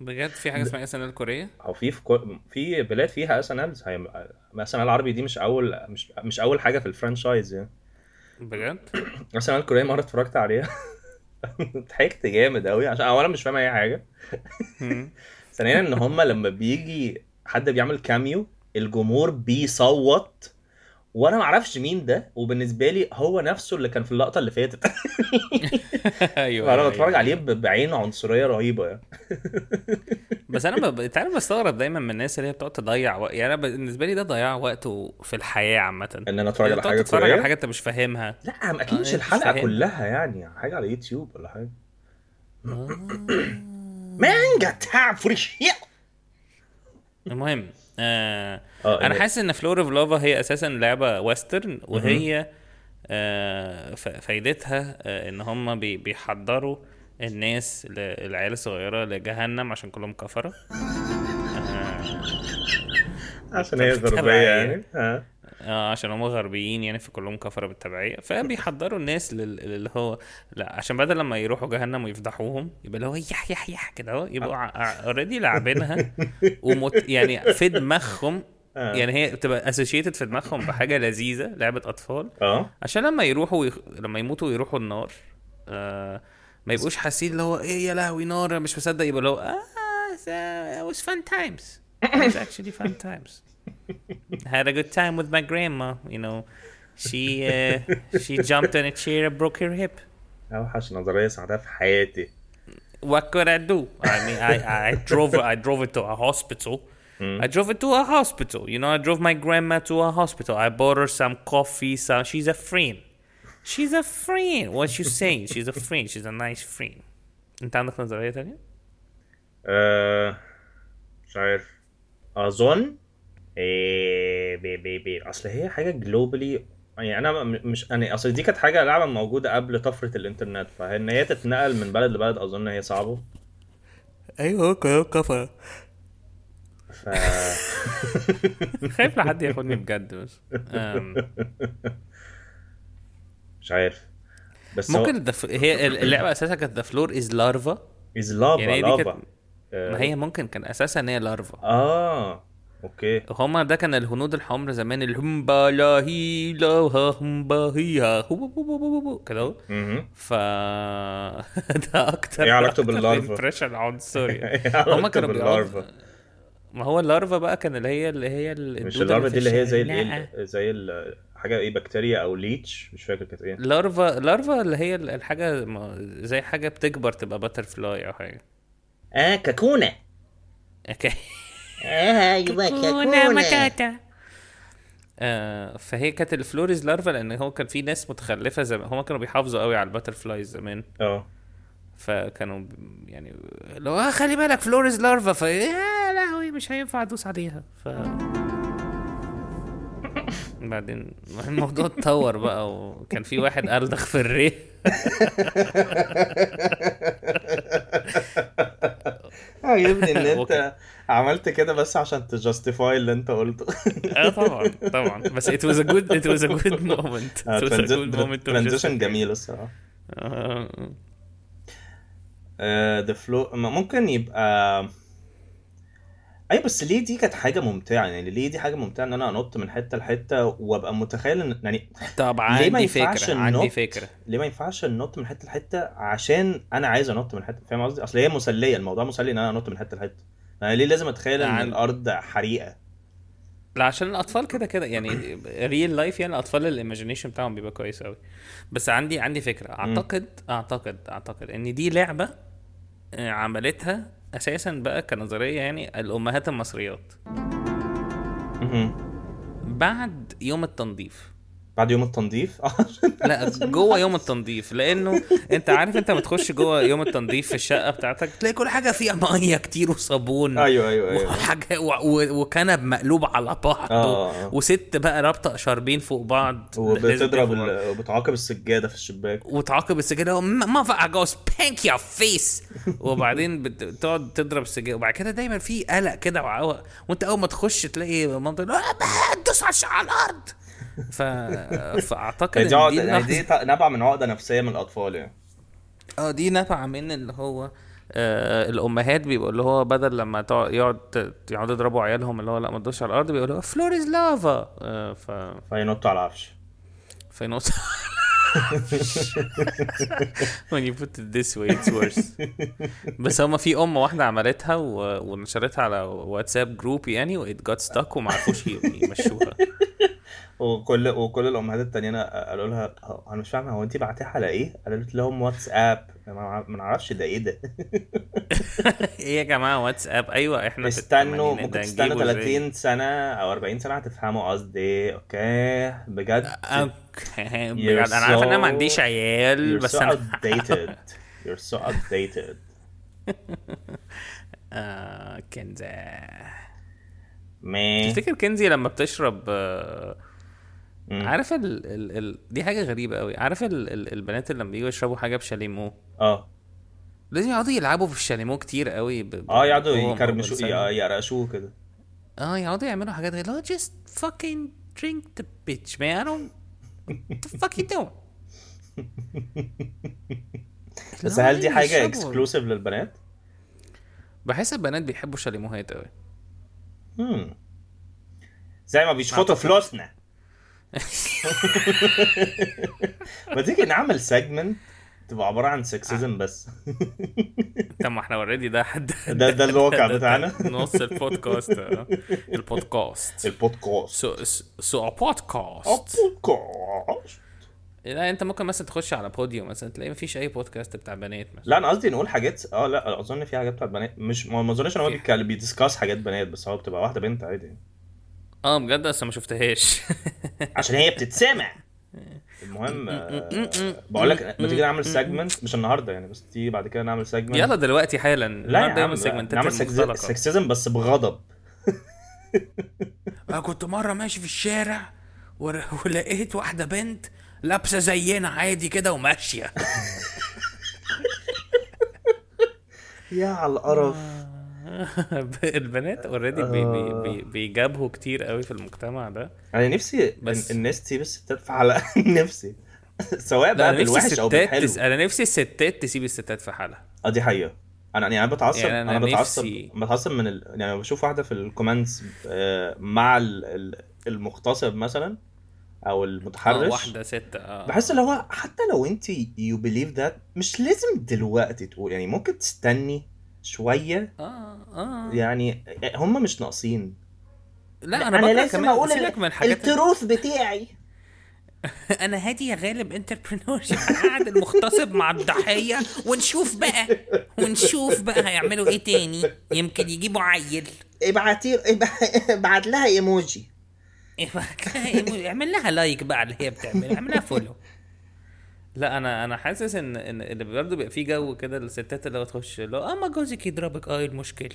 Speaker 1: بجد في حاجه اسمها اس ان الكوريه
Speaker 2: او في في, كو... في بلاد فيها اس ان الز اس ان ال العربي دي مش اول مش مش اول حاجه في الفرانشايز يعني
Speaker 1: بجد
Speaker 2: اس ان ال كوريا مره اتفرجت عليها (laughs) ضحكت جامد قوي عشان اولا مش فاهم اي حاجه ثانيا ان هم لما بيجي حد بيعمل كاميو الجمهور بيصوت وانا ما اعرفش مين ده وبالنسبه لي هو نفسه اللي كان في اللقطه اللي فاتت (laughs)
Speaker 1: ايوه
Speaker 2: انا
Speaker 1: أيوة.
Speaker 2: بتفرج عليه ب- بعين عنصريه رهيبه يعني
Speaker 1: بس انا ب... انت عارف بستغرب دايما من الناس اللي هي بتقعد تضيع وقت يعني انا بالنسبه لي ده ضياع وقت في الحياه عامه
Speaker 2: ان انا اتفرج على
Speaker 1: بتقعد
Speaker 2: حاجه
Speaker 1: تتفرج على
Speaker 2: كوريه
Speaker 1: حاجه انت مش فاهمها
Speaker 2: لا اكيد
Speaker 1: آه،
Speaker 2: إيه، مش
Speaker 1: مش
Speaker 2: الحلقه
Speaker 1: فاهم.
Speaker 2: كلها يعني حاجه على يوتيوب ولا حاجه
Speaker 1: آه.
Speaker 2: مانجا تعفرش
Speaker 1: المهم آه
Speaker 2: آه،
Speaker 1: انا
Speaker 2: إيه.
Speaker 1: حاسس ان فلور اوف لافا هي اساسا لعبه ويسترن وهي آه ف- فايدتها آه ان هم بي بيحضروا الناس ل- العيال الصغيره لجهنم عشان كلهم كفره
Speaker 2: عشان هي
Speaker 1: طب تبع
Speaker 2: غربيه يعني
Speaker 1: إيه؟
Speaker 2: (laughs) ها
Speaker 1: آه عشان هم غربيين يعني في كلهم كفره بالتبعيه فبيحضروا الناس لل- للي هو لا عشان بدل لما يروحوا جهنم ويفضحوهم يبقى اللي هو يح يح يح كده اهو يبقوا اوريدي
Speaker 2: (laughs)
Speaker 1: لاعبينها ومت يعني في دماغهم
Speaker 2: آه.
Speaker 1: يعني هي بتبقى اسوشيتد في دماغهم بحاجه لذيذه لعبه اطفال
Speaker 2: اه
Speaker 1: عشان لما يروحوا يخ... لما يموتوا ويروحوا النار آه ما يبقوش حاسين اللي هو ايه يا لهوي نار أنا مش مصدق يبقى اللي هو اه it was fun times it was actually fun times had a good time with my grandma you know she uh, she jumped on a chair and broke her hip
Speaker 2: اوحش نظريه سمعتها في حياتي
Speaker 1: what could I do? I mean, I, I drove I drove it to a hospital. I drove it to a hospital. You know, I drove my grandma to a hospital. I bought her some coffee. Some she's a friend. She's a friend. What you saying? She's a friend. She's a nice friend. انت عندك نظرية تانية؟
Speaker 2: آه، مش عارف اظن إيه بي بي بي اصل هي حاجه جلوبالي يعني انا م- مش يعني اصل دي كانت حاجه لعبه موجوده قبل طفره الانترنت فان هي تتنقل من بلد لبلد اظن هي صعبه
Speaker 1: ايوه هو كلام كفر
Speaker 2: ف
Speaker 1: خايف لحد ياخدني بجد بس أم،
Speaker 2: مش عارف بس
Speaker 1: ممكن الدف... هي اللعبة اساسا كانت ذا فلور از لارفا
Speaker 2: از لافا
Speaker 1: يعني هي دي
Speaker 2: لافا
Speaker 1: كانت- ما هي ممكن كان اساسا هي لارفا
Speaker 2: اه اوكي
Speaker 1: هما ده كان الهنود الحمر زمان الهمبا لا هي لا ها همبا هي ها هو بو بو بو بو بو كده اهو
Speaker 2: مهم. (laughs)
Speaker 1: ف (laughs) ده اكتر
Speaker 2: إيه علاقته باللارفا؟
Speaker 1: امبريشن عنصري
Speaker 2: إيه علاقته
Speaker 1: هما كانوا
Speaker 2: باللارفا؟
Speaker 1: بيقعدوا ما هو اللارفا بقى كان اللي هي اللي هي ال-
Speaker 2: مش
Speaker 1: الدودة
Speaker 2: اللارفا
Speaker 1: في
Speaker 2: دي اللي هي زي
Speaker 1: الشقنقة.
Speaker 2: الايه زي ال- حاجه ايه بكتيريا او ليتش مش فاكر كانت ايه
Speaker 1: لارفا لارفا اللي هي ال- الحاجه ما- زي حاجه بتكبر تبقى باتر فلاي او حاجه
Speaker 2: اه كاكونه
Speaker 1: اوكي
Speaker 2: ايوه
Speaker 1: كونا متاتا آه فهي كانت الفلوريز لارفا لان هو كان في ناس متخلفه زمان هم كانوا بيحافظوا قوي على الباتر فلايز زمان
Speaker 2: (laughs) اه
Speaker 1: فكانوا ب- يعني لو آه خلي بالك فلوريز لارفا ف يا لهوي مش هينفع ادوس عليها ف (laughs) بعدين الموضوع اتطور بقى وكان في واحد ألدخ في (laughs) الري
Speaker 2: عجبني ان
Speaker 1: أوكي.
Speaker 2: انت عملت كده بس عشان تجاستيفاي اللي انت
Speaker 1: (laughs)
Speaker 2: قلته
Speaker 1: اه طبعا طبعا بس it was a good it was a good moment it was a good moment to just-
Speaker 2: آه، ترانزيشن جميل الصراحه
Speaker 1: آه.
Speaker 2: ذا فلو ممكن يبقى اي بس ليه دي كانت حاجه ممتعه يعني ليه دي حاجه ممتعه ان انا انط من حته لحته وابقى متخيل ان يعني
Speaker 1: طب
Speaker 2: ليه ما
Speaker 1: عندي
Speaker 2: ينفعش
Speaker 1: فكرة عندي
Speaker 2: النط؟
Speaker 1: فكرة
Speaker 2: ليه ما ينفعش ننط من حته لحته عشان انا عايز انط من حته فاهم قصدي اصل هي مسليه الموضوع مسلي ان انا انط من حته لحته انا ليه لازم اتخيل ان
Speaker 1: عن-
Speaker 2: الارض حريقه
Speaker 1: لا عشان الاطفال كده كده يعني ريل لايف يعني الاطفال الايماجينيشن بتاعهم بيبقى كويس قوي بس عندي عندي فكره اعتقد اعتقد اعتقد ان دي لعبه آه، عملتها اساسا بقى كنظريه يعني الامهات المصريات
Speaker 2: مهم.
Speaker 1: بعد يوم التنظيف
Speaker 2: بعد يوم التنظيف (laughs)
Speaker 1: لا جوه يوم التنظيف لانه انت عارف انت بتخش جوه يوم التنظيف في الشقه بتاعتك تلاقي كل حاجه فيها ميه كتير وصابون
Speaker 2: ايوه ايوه
Speaker 1: (laughs)
Speaker 2: ايوه
Speaker 1: وحاجه و... و... وكنب مقلوب على بعضه
Speaker 2: آه.
Speaker 1: وست بقى رابطه شاربين فوق بعض لازم
Speaker 2: وبتضرب
Speaker 1: تفهم.
Speaker 2: ال- وبتعاقب السجاده في الشباك
Speaker 1: وتعاقب السجاده ما فقع جوز بانك يا
Speaker 2: (laughs)
Speaker 1: فيس وبعدين بت- بتقعد تضرب السجاده وبعد كده دايما في قلق كده وعوق وانت اول ما تخش تلاقي منطقه آه، دوس على الش- على الارض ف... فاعتقد
Speaker 2: يعني دي
Speaker 1: ان دي
Speaker 2: عقدة- يعني
Speaker 1: اللحظة-
Speaker 2: دي نبع من عقده نفسيه من الاطفال يعني
Speaker 1: اه دي نفع من اللي هو آه الامهات بيبقوا اللي هو بدل لما تقع- يقعد ت- يقعدوا يضربوا عيالهم اللي هو لا ما تدوش على الارض بيقولوا فلور از لافا آه ف
Speaker 2: فينطوا على العفش
Speaker 1: فينقص (laughs) when you put it this way it's worse بس هما في ام واحده عملتها و... ونشرتها على واتساب جروب يعني و it got stuck وما عرفوش ي- يمشوها (laughs)
Speaker 2: وكل وكل الامهات التانيين قالوا لها "هو- انا مش فاهمه هو انت بعتيها على ايه؟ قالت لهم واتساب ما نع- ما نعرفش ده ايه
Speaker 1: (laughs)
Speaker 2: ده (laughs)
Speaker 1: ايه يا جماعه واتساب ايوه احنا في
Speaker 2: استنوا
Speaker 1: التمانينات،
Speaker 2: ممكن
Speaker 1: ده
Speaker 2: تستنوا
Speaker 1: هنجيبه ازاي؟
Speaker 2: 30 سنه او 40 سنه هتفهموا قصدي اوكي بجد
Speaker 1: اوكي بجد انا عارف ان انا ما
Speaker 2: so-
Speaker 1: عنديش عيال
Speaker 2: you're
Speaker 1: بس
Speaker 2: so
Speaker 1: انا
Speaker 2: outdated
Speaker 1: (laughs)
Speaker 2: you're so outdated
Speaker 1: آه، كنزة
Speaker 2: إيه؟ ما
Speaker 1: تفتكر كنزي لما بتشرب آه،
Speaker 2: إيه.
Speaker 1: عارف ال... ال... ال... دي حاجة غريبة قوي عارف ال... ال... البنات اللي لما بييجوا يشربوا حاجة بشاليمو
Speaker 2: اه
Speaker 1: لازم يقعدوا يلعبوا في الشاليمو كتير قوي ب... ب-
Speaker 2: اه يقعدوا
Speaker 1: بقوة
Speaker 2: يكرمشوا آه،
Speaker 1: وبلسان.
Speaker 2: ي- يقرقشوه كده
Speaker 1: اه يقعدوا يعملوا حاجات غير لا just fucking drink the bitch man I
Speaker 2: (laughs)
Speaker 1: don't what the fuck you doing
Speaker 2: بس
Speaker 1: لا،
Speaker 2: هل دي
Speaker 1: ليه
Speaker 2: حاجه
Speaker 1: بيشربوا؟
Speaker 2: اكسكلوسيف للبنات؟
Speaker 1: بحس البنات بيحبوا شاليموهات قوي
Speaker 2: مم. زي ما بيشفطوا
Speaker 1: (laughs)
Speaker 2: فلوسنا ما تيجي نعمل سيجمنت تبقى عباره عن
Speaker 1: Ah.
Speaker 2: سكسزم بس
Speaker 1: طب ما احنا اوريدي ده حد
Speaker 2: (laughs) ده- ده الواقع
Speaker 1: ده- ده
Speaker 2: بتاعنا.
Speaker 1: (laughs) نص البودكاست آه. البودكاست (laughs)
Speaker 2: البودكاست
Speaker 1: سو سو
Speaker 2: Oh,
Speaker 1: بودكاست
Speaker 2: البودكاست
Speaker 1: لا انت ممكن مثلا تخش على بوديو مثلا تلاقي مفيش اي بودكاست بتاع بنات مثلا
Speaker 2: لا انا قصدي نقول حاجات اه لا اظن في حاجات بتاعت بنات مش ما ما اظنش ان هو
Speaker 1: في-
Speaker 2: بيتكلم بيدسكاس حاجات بنات بس هو بتبقى واحده بنت عادي يعني.
Speaker 1: اه بجد بس ما
Speaker 2: (laughs)
Speaker 1: شفتهاش
Speaker 2: عشان هي بتتسمع
Speaker 1: (laughs)
Speaker 2: المهم آه، بقول لك ما تيجي نعمل سيجمنت مش النهارده يعني بس تيجي بعد كده نعمل سيجمنت
Speaker 1: يلا دلوقتي حالا
Speaker 2: لا يا
Speaker 1: النهارده
Speaker 2: عم
Speaker 1: نعمل
Speaker 2: لا.
Speaker 1: سيجمنتات
Speaker 2: نعمل
Speaker 1: المختلقه
Speaker 2: سكسزم بس بغضب
Speaker 1: انا كنت مره ماشي في الشارع ور- ولقيت واحده بنت لابسه زينا عادي كده وماشيه
Speaker 2: يا على القرف
Speaker 1: (laughs) البنات اوريدي بي بي بي بيجابهوا كتير قوي في المجتمع ده
Speaker 2: انا نفسي
Speaker 1: بس-
Speaker 2: بس الناس تسيب الستات في حلقه (laughs) نفسي
Speaker 1: (laughs)
Speaker 2: سواء
Speaker 1: لا
Speaker 2: بقى
Speaker 1: انا نفسي
Speaker 2: بالوحش او
Speaker 1: الستات
Speaker 2: بالحلو
Speaker 1: تس... انا نفسي الستات تسيب الستات في حالها
Speaker 2: اه دي حقيقه انا يعني انا بتعصب
Speaker 1: يعني
Speaker 2: يعني
Speaker 1: أنا
Speaker 2: انا, أنا بتعصب
Speaker 1: نفسي-
Speaker 2: بتعصب من ال... يعني لما بشوف واحده في الكومنتس آه، مع ال- ال- المغتصب مثلا او
Speaker 1: اه
Speaker 2: المتحرش
Speaker 1: واحده ست اه
Speaker 2: بحس اللي هو حتى لو انت يو بليف ذات مش لازم دلوقتي تقول يعني ممكن تستني شويه
Speaker 1: اه اه
Speaker 2: يعني هم مش ناقصين
Speaker 1: لا انا, أنا لازم اقول سيبك من الحاجات
Speaker 2: التروث بتاعي
Speaker 1: انا هادي يا غالب انتربرينور قاعد المغتصب مع الضحيه ونشوف بقى ونشوف بقى هيعملوا ايه تاني يمكن يجيبوا عيل (laughs)
Speaker 2: ابعتي ابعت لها ايموجي
Speaker 1: اعمل لها لايك بقى اللي هي بتعمل اعمل لها فولو لا انا انا حاسس ان ان اللي برضه بيبقى في جو كده الستات اللي هو تخش اللي هو اه ما جوزك يضربك اه إيه المشكله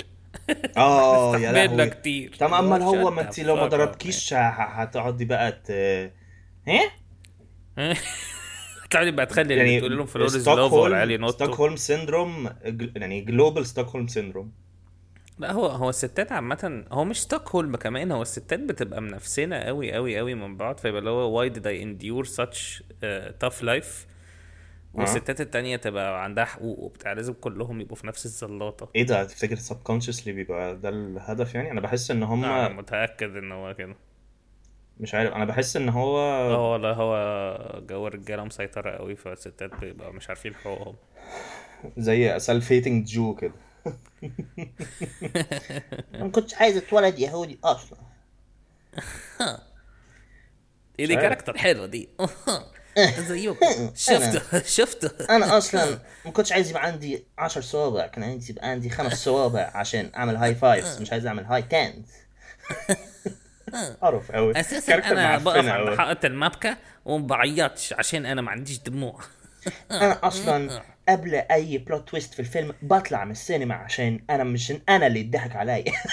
Speaker 1: (laughs)
Speaker 2: اه يا
Speaker 1: استقبل
Speaker 2: لهوي
Speaker 1: لك كتير
Speaker 2: طب اما هو ما
Speaker 1: Shut
Speaker 2: انت
Speaker 1: the
Speaker 2: لو ما
Speaker 1: fuck up,
Speaker 2: ضربكيش ه- هتقعدي بقى ت ها
Speaker 1: تقعدي بقى تخلي يعني
Speaker 2: يعني
Speaker 1: تقول لهم فلوريز لافا والعيال
Speaker 2: ستوكهولم
Speaker 1: ينطوا
Speaker 2: ستوكهولم سيندروم جل- يعني جلوبال ستوكهولم سيندروم
Speaker 1: لا هو هو الستات عامة هو مش ستوكهولم كمان هو الستات بتبقى منافسنا قوي قوي قوي من بعض فيبقى اللي هو why did I endure such uh, tough life
Speaker 2: آه.
Speaker 1: والستات التانية تبقى عندها حقوق وبتاع لازم كلهم يبقوا في نفس الزلاطة
Speaker 2: ايه ده تفتكر سبكونشسلي بيبقى ده الهدف يعني انا بحس ان
Speaker 1: أنا
Speaker 2: هم
Speaker 1: متأكد إن هو كده
Speaker 2: مش عارف انا بحس ان هو
Speaker 1: هو لا هو جو الرجالة مسيطرة قوي فالستات بيبقى مش عارفين حقوقهم
Speaker 2: زي سلفيتنج جو كده
Speaker 1: (laughs)
Speaker 4: ما كنتش عايز اتولد يهودي اصلا
Speaker 1: إيه دي
Speaker 2: مش عارف.
Speaker 1: كاركتر حلوة
Speaker 2: (laughs)
Speaker 1: دي زيكم شفته شفته
Speaker 4: انا اصلا ما كنتش عايز يبقى عندي 10 صوابع كان عايز يبقى عندي خمس صوابع عشان اعمل هاي فايفز مش عايز اعمل هاي تنز (laughs)
Speaker 2: قرف قوي
Speaker 1: اساسا انا بقف حائط المبكى وما بعيطش عشان انا ما عنديش دموع
Speaker 4: انا اصلا قبل اي بلوت تويست في الفيلم بطلع من السينما عشان انا مش انا اللي اتضحك عليا (laughs)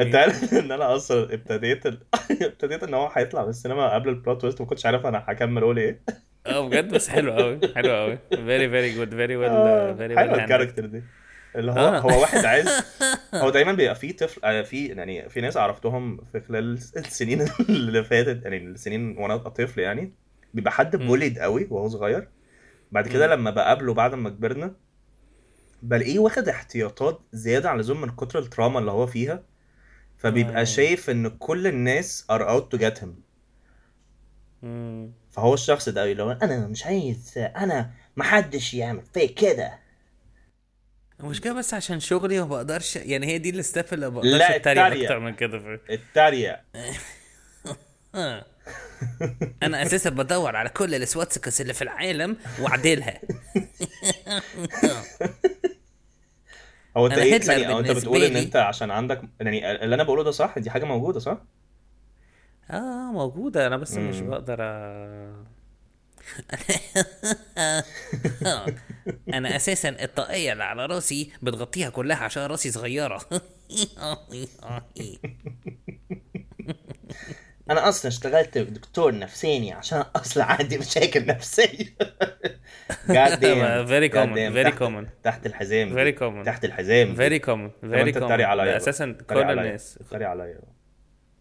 Speaker 2: انت عارف ان انا اصلا ابتديت ال...
Speaker 4: (laughs)
Speaker 2: ابتديت ان هو هيطلع من السينما قبل البلوت تويست ما كنتش عارف انا هكمل اقول
Speaker 4: إيه.
Speaker 2: ايه
Speaker 1: اه بجد بس حلو قوي حلو قوي فيري فيري جود فيري
Speaker 2: آه،
Speaker 1: ويل فيري
Speaker 2: حلوه الكاركتر دي اللي هو
Speaker 1: آه.
Speaker 2: هو واحد
Speaker 1: (laughs)
Speaker 2: عايز هو دايما بيبقى في طفل آه، في يعني في ناس عرفتهم في خلال السنين (laughs) اللي فاتت يعني السنين وانا طفل يعني بيبقى حد بوليد قوي وهو صغير بعد كده لما بقابله بعد ما كبرنا بلاقيه واخد احتياطات زياده عن اللزوم من كتر التراما اللي هو فيها فبيبقى
Speaker 1: آه.
Speaker 2: شايف ان كل الناس ار اوت تو جيت هيم فهو الشخص ده اللي هو
Speaker 4: انا مش عايز انا محدش يعمل فيا كده
Speaker 1: مش كده بس عشان شغلي وما بقدرش يعني هي دي الستاف اللي ما بقدرش
Speaker 2: لا،
Speaker 1: اتريق
Speaker 2: التريق.
Speaker 1: اكتر من كده في
Speaker 2: التريق (laughs)
Speaker 1: آه. انا اساسا بدور على كل السواتسكس اللي في العالم واعدلها
Speaker 2: هو انت
Speaker 1: أنا
Speaker 2: ايه
Speaker 1: هتلر
Speaker 2: ثانية او انت
Speaker 1: بالنسبة
Speaker 2: بتقول ان
Speaker 1: لي.
Speaker 2: انت عشان عندك يعني اللي انا بقوله ده صح دي حاجة موجودة صح؟
Speaker 1: اه موجودة انا بس مش بقدر أ- (laughs) انا اساسا الطاقية اللي على راسي بتغطيها كلها عشان راسي صغيرة (laughs)
Speaker 4: انا اصلا اشتغلت دكتور نفساني عشان اصلا عندي مشاكل
Speaker 1: (laughs)
Speaker 4: نفسيه
Speaker 2: God damn.
Speaker 1: Very
Speaker 2: God
Speaker 1: common,
Speaker 2: damn.
Speaker 1: very
Speaker 2: تحت-
Speaker 1: common.
Speaker 2: تحت الحزام دي.
Speaker 1: Very common.
Speaker 2: تحت الحزام دي.
Speaker 1: فيري كومن
Speaker 2: طب
Speaker 1: فيري
Speaker 2: انت
Speaker 1: كومن
Speaker 2: اتريق عليا
Speaker 1: اساسا
Speaker 2: بقى.
Speaker 1: كل
Speaker 2: اتريق عليا.
Speaker 1: الناس
Speaker 2: اتريق عليا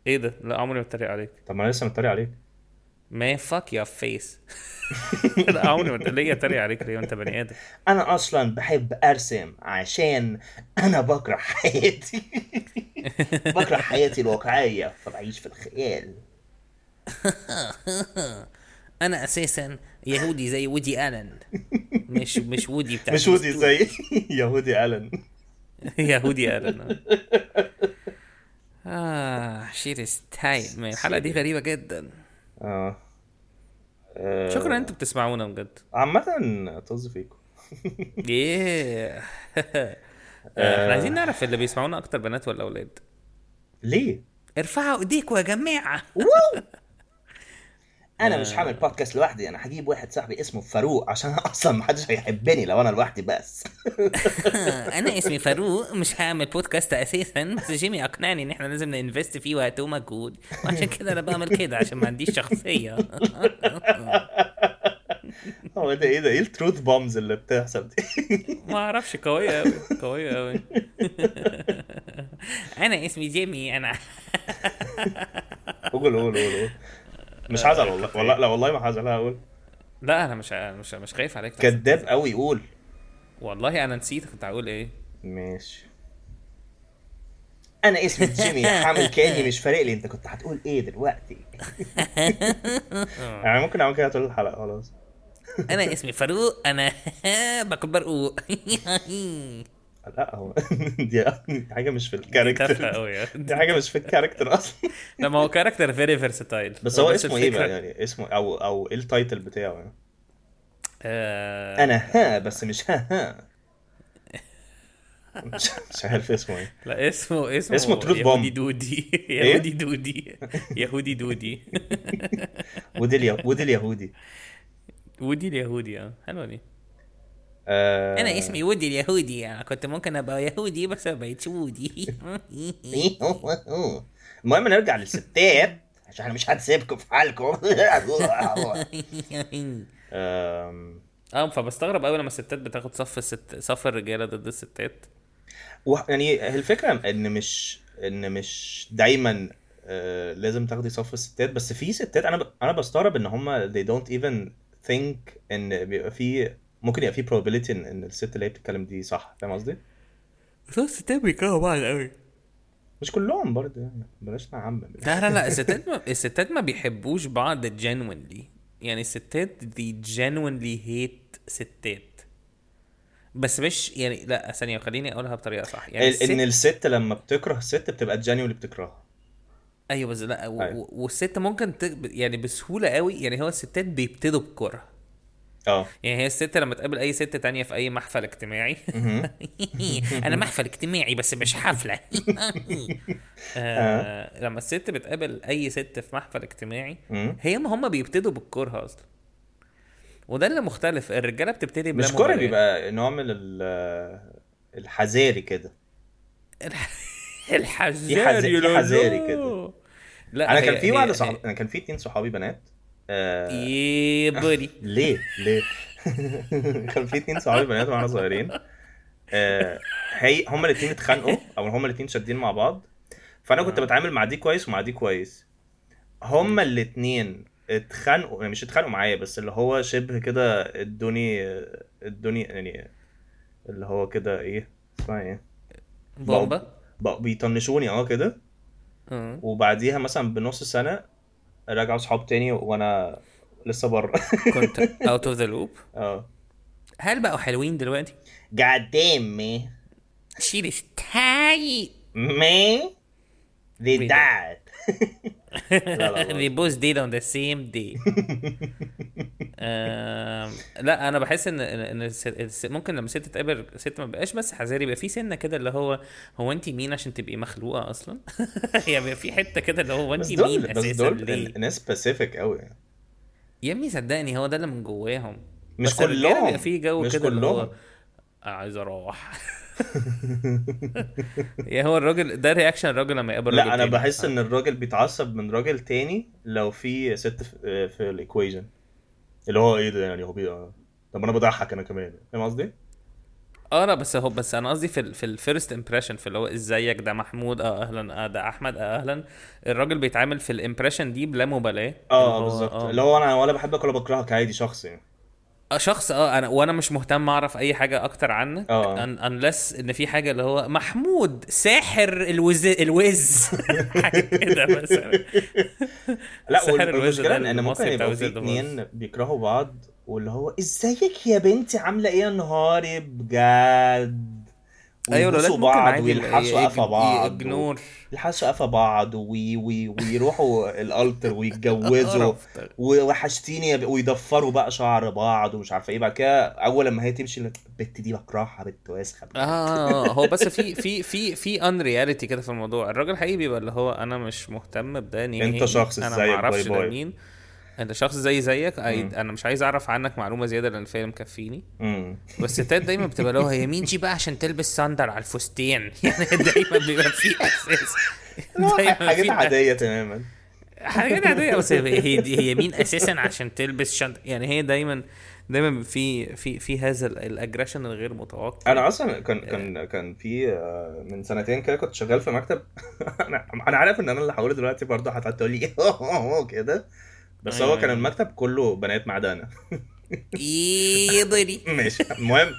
Speaker 1: ايه ده لا عمري ما اتريق عليك
Speaker 2: طب ما انا لسه متريق عليك
Speaker 1: ما فاك يا فيس (laughs) لا عمري ما ليه اتريق عليك ليه وانت بني
Speaker 2: (laughs)
Speaker 1: ادم
Speaker 4: انا اصلا بحب ارسم عشان انا بكره
Speaker 1: (laughs)
Speaker 4: حياتي بكره حياتي الواقعيه فبعيش في الخيال
Speaker 1: انا اساسا يهودي زي وودي الن مش مش وودي بتاع
Speaker 2: مش ودي زي (laughs) يهودي الن
Speaker 1: يهودي الن اه شيت از تايم الحلقه دي غريبه جدا
Speaker 2: اه آه،
Speaker 1: شكرا انتوا بتسمعونا بجد
Speaker 2: عامة طز فيكم (laughs)
Speaker 1: yeah. (laughs) احنا عايزين نعرف اللي بيسمعونا اكتر بنات ولا اولاد
Speaker 2: ليه؟
Speaker 1: ارفعوا ايديكم يا جماعه
Speaker 2: (laughs)
Speaker 4: انا مش هعمل بودكاست لوحدي انا هجيب واحد صاحبي اسمه فاروق
Speaker 2: (laughs)
Speaker 4: عشان اصلا محدش هيحبني لو انا لوحدي بس
Speaker 1: انا آه، اسمي فاروق مش هعمل بودكاست اساسا بس جيمي اقنعني ان احنا لازم ننفست فيه وقت ومجهود وعشان كده انا بعمل كده عشان ما عنديش (laughs) شخصيه
Speaker 2: هو ده ايه ده ايه التروث بومز اللي بتحصل دي؟ (laughs)
Speaker 1: ما اعرفش قويه قوي قويه (laughs) قوي انا اسمي جيمي انا
Speaker 2: قول قول قول قول مش هزعل والله والله لا والله ما هزعل هقول
Speaker 1: لا انا مش أنا مش مش خايف عليك
Speaker 2: كذاب قوي قول
Speaker 1: والله انا نسيت كنت هقول ايه
Speaker 2: ماشي
Speaker 4: انا اسمي جيمي هعمل كاني مش فارق لي انت كنت هتقول ايه دلوقتي
Speaker 2: إيه يعني ممكن اعمل كده طول الحلقة خلاص
Speaker 1: انا اسمي فاروق (laughs) انا باكل برقوق
Speaker 2: لا هو (laughs) دي حاجه مش في
Speaker 1: تافهه
Speaker 2: الكاركتر
Speaker 1: قوي
Speaker 2: دي حاجه مش في الكاركتر (laughs) اصلا
Speaker 1: لما آه. هو كاركتر فيري فيرساتايل
Speaker 2: بس هو اسمه ايه بقى يعني اسمه او او ايه التايتل بتاعه يعني
Speaker 1: آه،
Speaker 4: انا ها بس مش ها
Speaker 2: (laughs)
Speaker 4: ها
Speaker 2: مش مش عارف اسمه ايه
Speaker 1: لا اسمه اسمه
Speaker 2: اسمه إيه؟ تروت
Speaker 1: يهودي
Speaker 2: بومب.
Speaker 1: دودي يهودي دودي يهودي دودي (laughs)
Speaker 2: ودي اليه... ودي اليهودي
Speaker 1: ودي اليهودي اه حلوه دي
Speaker 2: آه...
Speaker 1: انا اسمي ودي اليهودي يعني كنت ممكن ابقى يهودي بس ما بقتش ودي (laughs)
Speaker 4: إيه؟ أوه، أوه، أوه. المهم نرجع للستات عشان انا مش هسيبكم في حالكم (laughs)
Speaker 2: آم...
Speaker 1: اه فبستغرب قوي لما الستات بتاخد صف الست صف الرجاله ضد الستات
Speaker 2: و... يعني الفكره ان مش ان مش دايما آه... لازم تاخدي صف الستات بس في ستات انا ب... انا بستغرب ان هم they don't even think ان بيبقى في ممكن يبقى في probability ان إن الست اللي هي بتتكلم دي صح فاهم قصدي؟
Speaker 1: بس الستات بيكرهوا بعض قوي
Speaker 2: مش كلهم برضه يعني بلاش نعمم
Speaker 1: لا لا لا الستات ما الستات ما بيحبوش بعض genuinely يعني الستات دي genuinely hate ستات بس مش يعني لا ثانية خليني اقولها بطريقة صح يعني
Speaker 2: ال- ان
Speaker 1: الست
Speaker 2: الست لما بتكره الست بتبقى الجاني اللي بتكرهها
Speaker 1: ايوه بس لا و...
Speaker 2: أيوة.
Speaker 1: و- والست ممكن ت... يعني بسهولة قوي يعني هو الستات بيبتدوا بكره
Speaker 2: اه
Speaker 1: يعني هي الست لما تقابل اي ست تانية في اي محفل اجتماعي (laughs)
Speaker 2: مهم.
Speaker 1: انا محفل اجتماعي بس مش
Speaker 2: (laughs)
Speaker 1: حفله آه لما الست بتقابل اي ست في محفل اجتماعي
Speaker 2: مم.
Speaker 1: هي ما هم بيبتدوا بالكره اصلا وده اللي مختلف الرجاله بتبتدي بلا
Speaker 2: مش كورة
Speaker 1: مبالاة.
Speaker 2: بيبقى نوع من ال- الحذاري كده
Speaker 1: الح- (laughs) الحذاري
Speaker 2: في حز- في
Speaker 1: لولو.
Speaker 2: حذاري كده.
Speaker 1: لا
Speaker 2: انا
Speaker 1: هي-
Speaker 2: كان في
Speaker 1: هي-
Speaker 2: واحده
Speaker 1: هي- إيه؟
Speaker 2: صاحبي انا كان في اتنين صحابي بنات آه،
Speaker 1: يا
Speaker 2: (laughs)
Speaker 1: بودي
Speaker 2: ليه ليه كان في اتنين صحابي بنات واحنا صغيرين آه، هي هما الاتنين اتخانقوا او هما الاتنين شادين مع بعض فانا كنت
Speaker 1: آه.
Speaker 2: بتعامل مع دي كويس ومع دي كويس هما الاتنين اتخانقوا يعني مش اتخانقوا معايا بس اللي هو شبه كده ادوني ادوني يعني اللي هو كده ايه اسمها ايه
Speaker 1: بومبا
Speaker 2: بقوا بيطنشوني اه كده
Speaker 1: آه.
Speaker 2: وبعديها مثلا بنص سنه رجعوا صحاب تاني وانا لسه
Speaker 1: (laughs)
Speaker 2: بره
Speaker 1: كنت اوت اوف ذا لوب
Speaker 2: اه
Speaker 1: هل بقوا حلوين دلوقتي؟
Speaker 4: God damn me.
Speaker 1: شي is tight
Speaker 4: Me? They
Speaker 1: Wait.
Speaker 4: died.
Speaker 1: (laughs)
Speaker 2: لا، لا.
Speaker 1: they both did on the same day
Speaker 2: (laughs)
Speaker 1: آم، لا انا بحس ان ان إن الس- الس- ممكن لما ست تقابل ست ما بقاش بس حذاري يبقى في سنه كده اللي هو هو انت مين عشان تبقي مخلوقه اصلا (laughs) يعني بيبقى في حته كده اللي هو
Speaker 2: (laughs) بس
Speaker 1: انت مين
Speaker 2: دول بس
Speaker 1: اساسا
Speaker 2: دول
Speaker 1: ليه
Speaker 2: ناس
Speaker 1: (laughs)
Speaker 2: سبيسيفيك قوي يعني
Speaker 1: يا ابني صدقني هو ده اللي من جواهم
Speaker 2: مش
Speaker 1: بس الرجالة
Speaker 2: كلهم.
Speaker 1: بيبقى في جو
Speaker 2: مش
Speaker 1: كده اللي هو
Speaker 2: كلهم.
Speaker 1: عايز اروح (laughs) يا يعني هو الراجل ده رياكشن الراجل لما يقابل راجل
Speaker 2: لا انا
Speaker 1: تاني.
Speaker 2: بحس ان الراجل بيتعصب من راجل تاني لو في ست في, في الايكويجن اللي هو ايه ده يعني هو بي... طب انا بضحك انا كمان فاهم قصدي؟
Speaker 1: اه لا بس هو بس انا قصدي في ال في الفيرست امبريشن في اللي هو ازيك ده محمود اه اهلا اه ده احمد اه اهلا الراجل بيتعامل في الامبريشن دي بلا مبالاه
Speaker 2: اه
Speaker 1: اللي هو-
Speaker 2: بالظبط
Speaker 1: آه.
Speaker 2: اللي هو انا ولا بحبك ولا بكرهك عادي شخص يعني
Speaker 1: اه شخص اه انا وانا مش مهتم اعرف اي حاجه اكتر عنك (laughs)
Speaker 2: اه.
Speaker 1: ان انلس ان في حاجه اللي هو محمود ساحر الوز الوز حاجه كده مثلا
Speaker 2: (laughs) لا
Speaker 1: سحر
Speaker 2: وال-
Speaker 1: الوز
Speaker 2: والمشكله
Speaker 1: ده
Speaker 2: ان إن ممكن
Speaker 1: المصري بتاع
Speaker 2: يبقى
Speaker 1: وزير
Speaker 2: في
Speaker 1: ده بوظ.
Speaker 2: اتنين بيكرهوا بعض واللي هو ازيك يا بنتي عامله ايه يا نهاري بجد
Speaker 1: ايوه الولاد
Speaker 2: ويبوسوا
Speaker 1: ممكن
Speaker 2: بعض
Speaker 1: عادي
Speaker 2: ويلحسوا قفا بعض و-
Speaker 1: يجنور
Speaker 2: يلحسوا قفا بعض وي وي ويروحوا (laughs) الالتر ويتجوزوا
Speaker 1: قرف ده.
Speaker 2: و- وحشتيني يا ب- ويضفروا بقى شعر بعض ومش عارفه ايه بعد كده اول لما هي تمشي لك البت دي بكرهها بنت واسخه
Speaker 1: اه هو بس في في في في ان رياليتي كده في الموضوع الراجل حقيقي بيبقى اللي هو انا مش مهتم بده نهائي
Speaker 2: أنت شخص
Speaker 1: انا
Speaker 2: زيك،
Speaker 1: ما
Speaker 2: باي
Speaker 1: اعرفش ده
Speaker 2: باي.
Speaker 1: مين انت شخص زي زيك أي- انا مش عايز اعرف عنك معلومه زياده لان الفيلم مكفيني (laughs)
Speaker 2: امم
Speaker 1: والستات دايما بتبقى لو هي مين جي بقى عشان تلبس ساندر على الفستان (laughs) يعني دايما بيبقى في اساس
Speaker 2: حاجات
Speaker 1: في-
Speaker 2: عاديه تماما
Speaker 1: حاجات عاديه بس هي هي, دي- هي مين اساسا عشان تلبس شنطه يعني هي دايما دايما في في في هذا الاجريشن الغير متوقع
Speaker 2: انا اصلا كان
Speaker 1: إيه.
Speaker 2: كان كان في آه، من سنتين كده كنت شغال في مكتب (laughs) انا انا عارف ان انا اللي هقوله دلوقتي برضه هتقول لي (laughs) كده بس هو
Speaker 1: أيوة.
Speaker 2: كان المكتب كله بنات ما عدا انا
Speaker 1: ايه ضري
Speaker 2: (laughs) ماشي المهم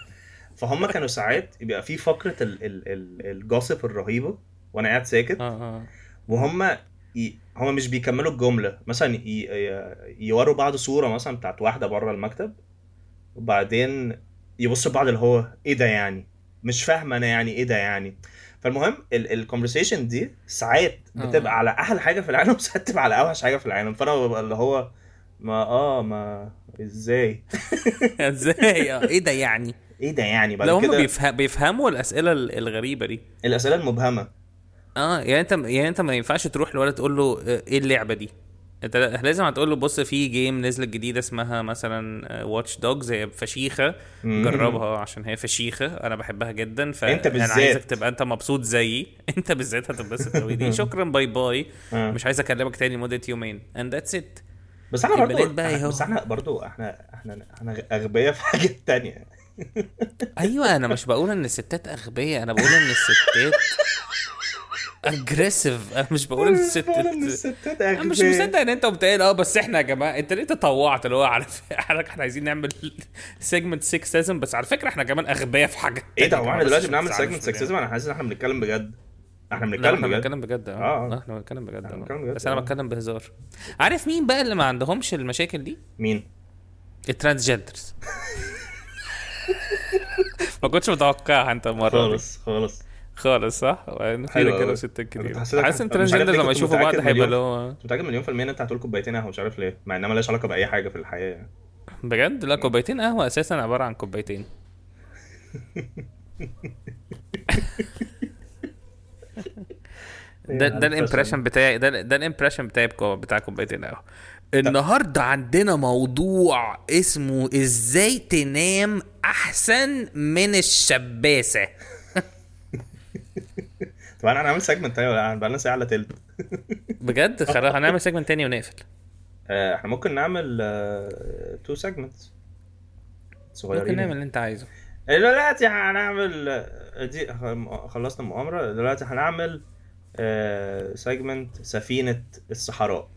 Speaker 2: فهم كانوا ساعات بيبقى في فقره ال- ال- ال- الجوسب الرهيبه وانا قاعد
Speaker 1: (laughs)
Speaker 2: ساكت
Speaker 1: اه
Speaker 2: وهم ي... هم مش بيكملوا الجمله مثلا ي... ي- يوروا بعض صوره مثلا بتاعت واحده بره المكتب وبعدين يبصوا لبعض اللي هو ايه ده يعني مش فاهمه انا يعني ايه ده يعني فالمهم الكونفرسيشن دي ساعات بتبقى
Speaker 1: آه.
Speaker 2: على احلى حاجه في العالم (laughs) وساعات تبقى على اوحش حاجه في العالم فانا ببقى اللي هو ما اه ما ازاي
Speaker 1: ازاي آه، ايه ده يعني
Speaker 2: ايه ده يعني
Speaker 1: لو
Speaker 2: بعد
Speaker 1: هم
Speaker 2: كده
Speaker 1: بيفه... بيفهموا الاسئله ال- الغريبه دي
Speaker 2: الاسئله المبهمه
Speaker 1: اه يعني انت يعني انت ما ينفعش تروح لولد تقول له آه، ايه اللعبه دي انت لا- لازم هتقول له بص في جيم نزلت جديده اسمها مثلا واتش دوجز هي فشيخه
Speaker 2: مم.
Speaker 1: جربها عشان هي فشيخه انا بحبها جدا
Speaker 2: أنت
Speaker 1: فانا
Speaker 2: بالذات.
Speaker 1: عايزك تبقى انت مبسوط زيي (laughs) انت بالذات هتنبسط قوي (laughs) دي شكرا باي باي
Speaker 2: آه.
Speaker 1: مش عايز اكلمك تاني لمده يومين اند ذاتس ات
Speaker 2: بس احنا
Speaker 1: البنات بقى
Speaker 2: برضو
Speaker 1: يهو.
Speaker 2: بس احنا برضو احنا احنا احنا اغبياء في حاجات تانية
Speaker 1: ايوه انا مش بقول ان الستات اغبياء انا بقول ان الستات اجريسيف انا مش بقول ان
Speaker 2: بقول
Speaker 1: الستات
Speaker 2: الستات
Speaker 1: انا مش مصدق ان انت بتقول اه بس احنا يا جماعه انت ليه تطوعت اللي هو على فكره احنا عايزين نعمل سيجمنت سكسزم بس على فكره احنا كمان اغبياء في حاجه
Speaker 2: ايه ده
Speaker 1: تانية
Speaker 2: هو
Speaker 1: كمان،
Speaker 2: احنا
Speaker 1: بس
Speaker 2: دلوقتي
Speaker 1: عشان
Speaker 2: بنعمل
Speaker 1: تزعلوش
Speaker 2: سيجمنت
Speaker 1: مننا.
Speaker 2: سكسيزم انا حاسس ان احنا بنتكلم بجد احنا
Speaker 1: لا
Speaker 2: بنتكلم
Speaker 1: احنا
Speaker 2: بجد
Speaker 1: بنتكلم بجد
Speaker 2: آه،
Speaker 1: اه
Speaker 2: آه.
Speaker 1: احنا بنتكلم بجد
Speaker 2: إحنا
Speaker 1: آه.
Speaker 2: بنتكلم بجد،
Speaker 1: بس انا
Speaker 2: آه.
Speaker 1: بتكلم بهزار عارف مين بقى اللي ما عندهمش المشاكل دي
Speaker 2: مين (laughs)
Speaker 1: الترانسجندرز ما كنتش متوقعها انت المره دي.
Speaker 2: (laughs) خالص خالص
Speaker 1: خالص صح؟ وبعدين في
Speaker 2: حلو
Speaker 1: رجاله
Speaker 2: أوي.
Speaker 1: وستات
Speaker 2: أنا كنت
Speaker 1: كتير
Speaker 2: حاسسك-
Speaker 1: حاسس ان
Speaker 2: أنا مش عارف
Speaker 1: ترانسجندر
Speaker 2: ليه
Speaker 1: لما
Speaker 2: كنت
Speaker 1: يشوفوا
Speaker 2: متأكد
Speaker 1: بعض هيبقى
Speaker 2: مليون-
Speaker 1: اللي هو
Speaker 2: كنت متاكد مليون في المية ان انت هتقول كوبايتين قهوه مش عارف ليه مع انها مالهاش علاقه باي حاجه في الحياه يعني
Speaker 1: بجد لا كوبايتين قهوه اساسا عباره عن
Speaker 2: (laughs)
Speaker 1: كوبايتين ده ده الامبريشن بتاعي ده ده الامبريشن بتاعي بكو- بتاع كوبايتين قهوه النهارده عندنا موضوع اسمه ازاي تنام احسن من الشباسه
Speaker 2: طبعا انا عامل سيجمنت تاني ولا أيوة، يعني بقى لنا ساعه على تلت
Speaker 1: بجد خلاص هنعمل سيجمنت تاني ونقفل
Speaker 2: آه، احنا ممكن نعمل تو سيجمنتس صغيرين إيه،
Speaker 1: ممكن نعمل اللي انت عايزه
Speaker 2: دلوقتي هنعمل آه، دي خلصنا المؤامرة دلوقتي هنعمل سيجمنت سفينة الصحراء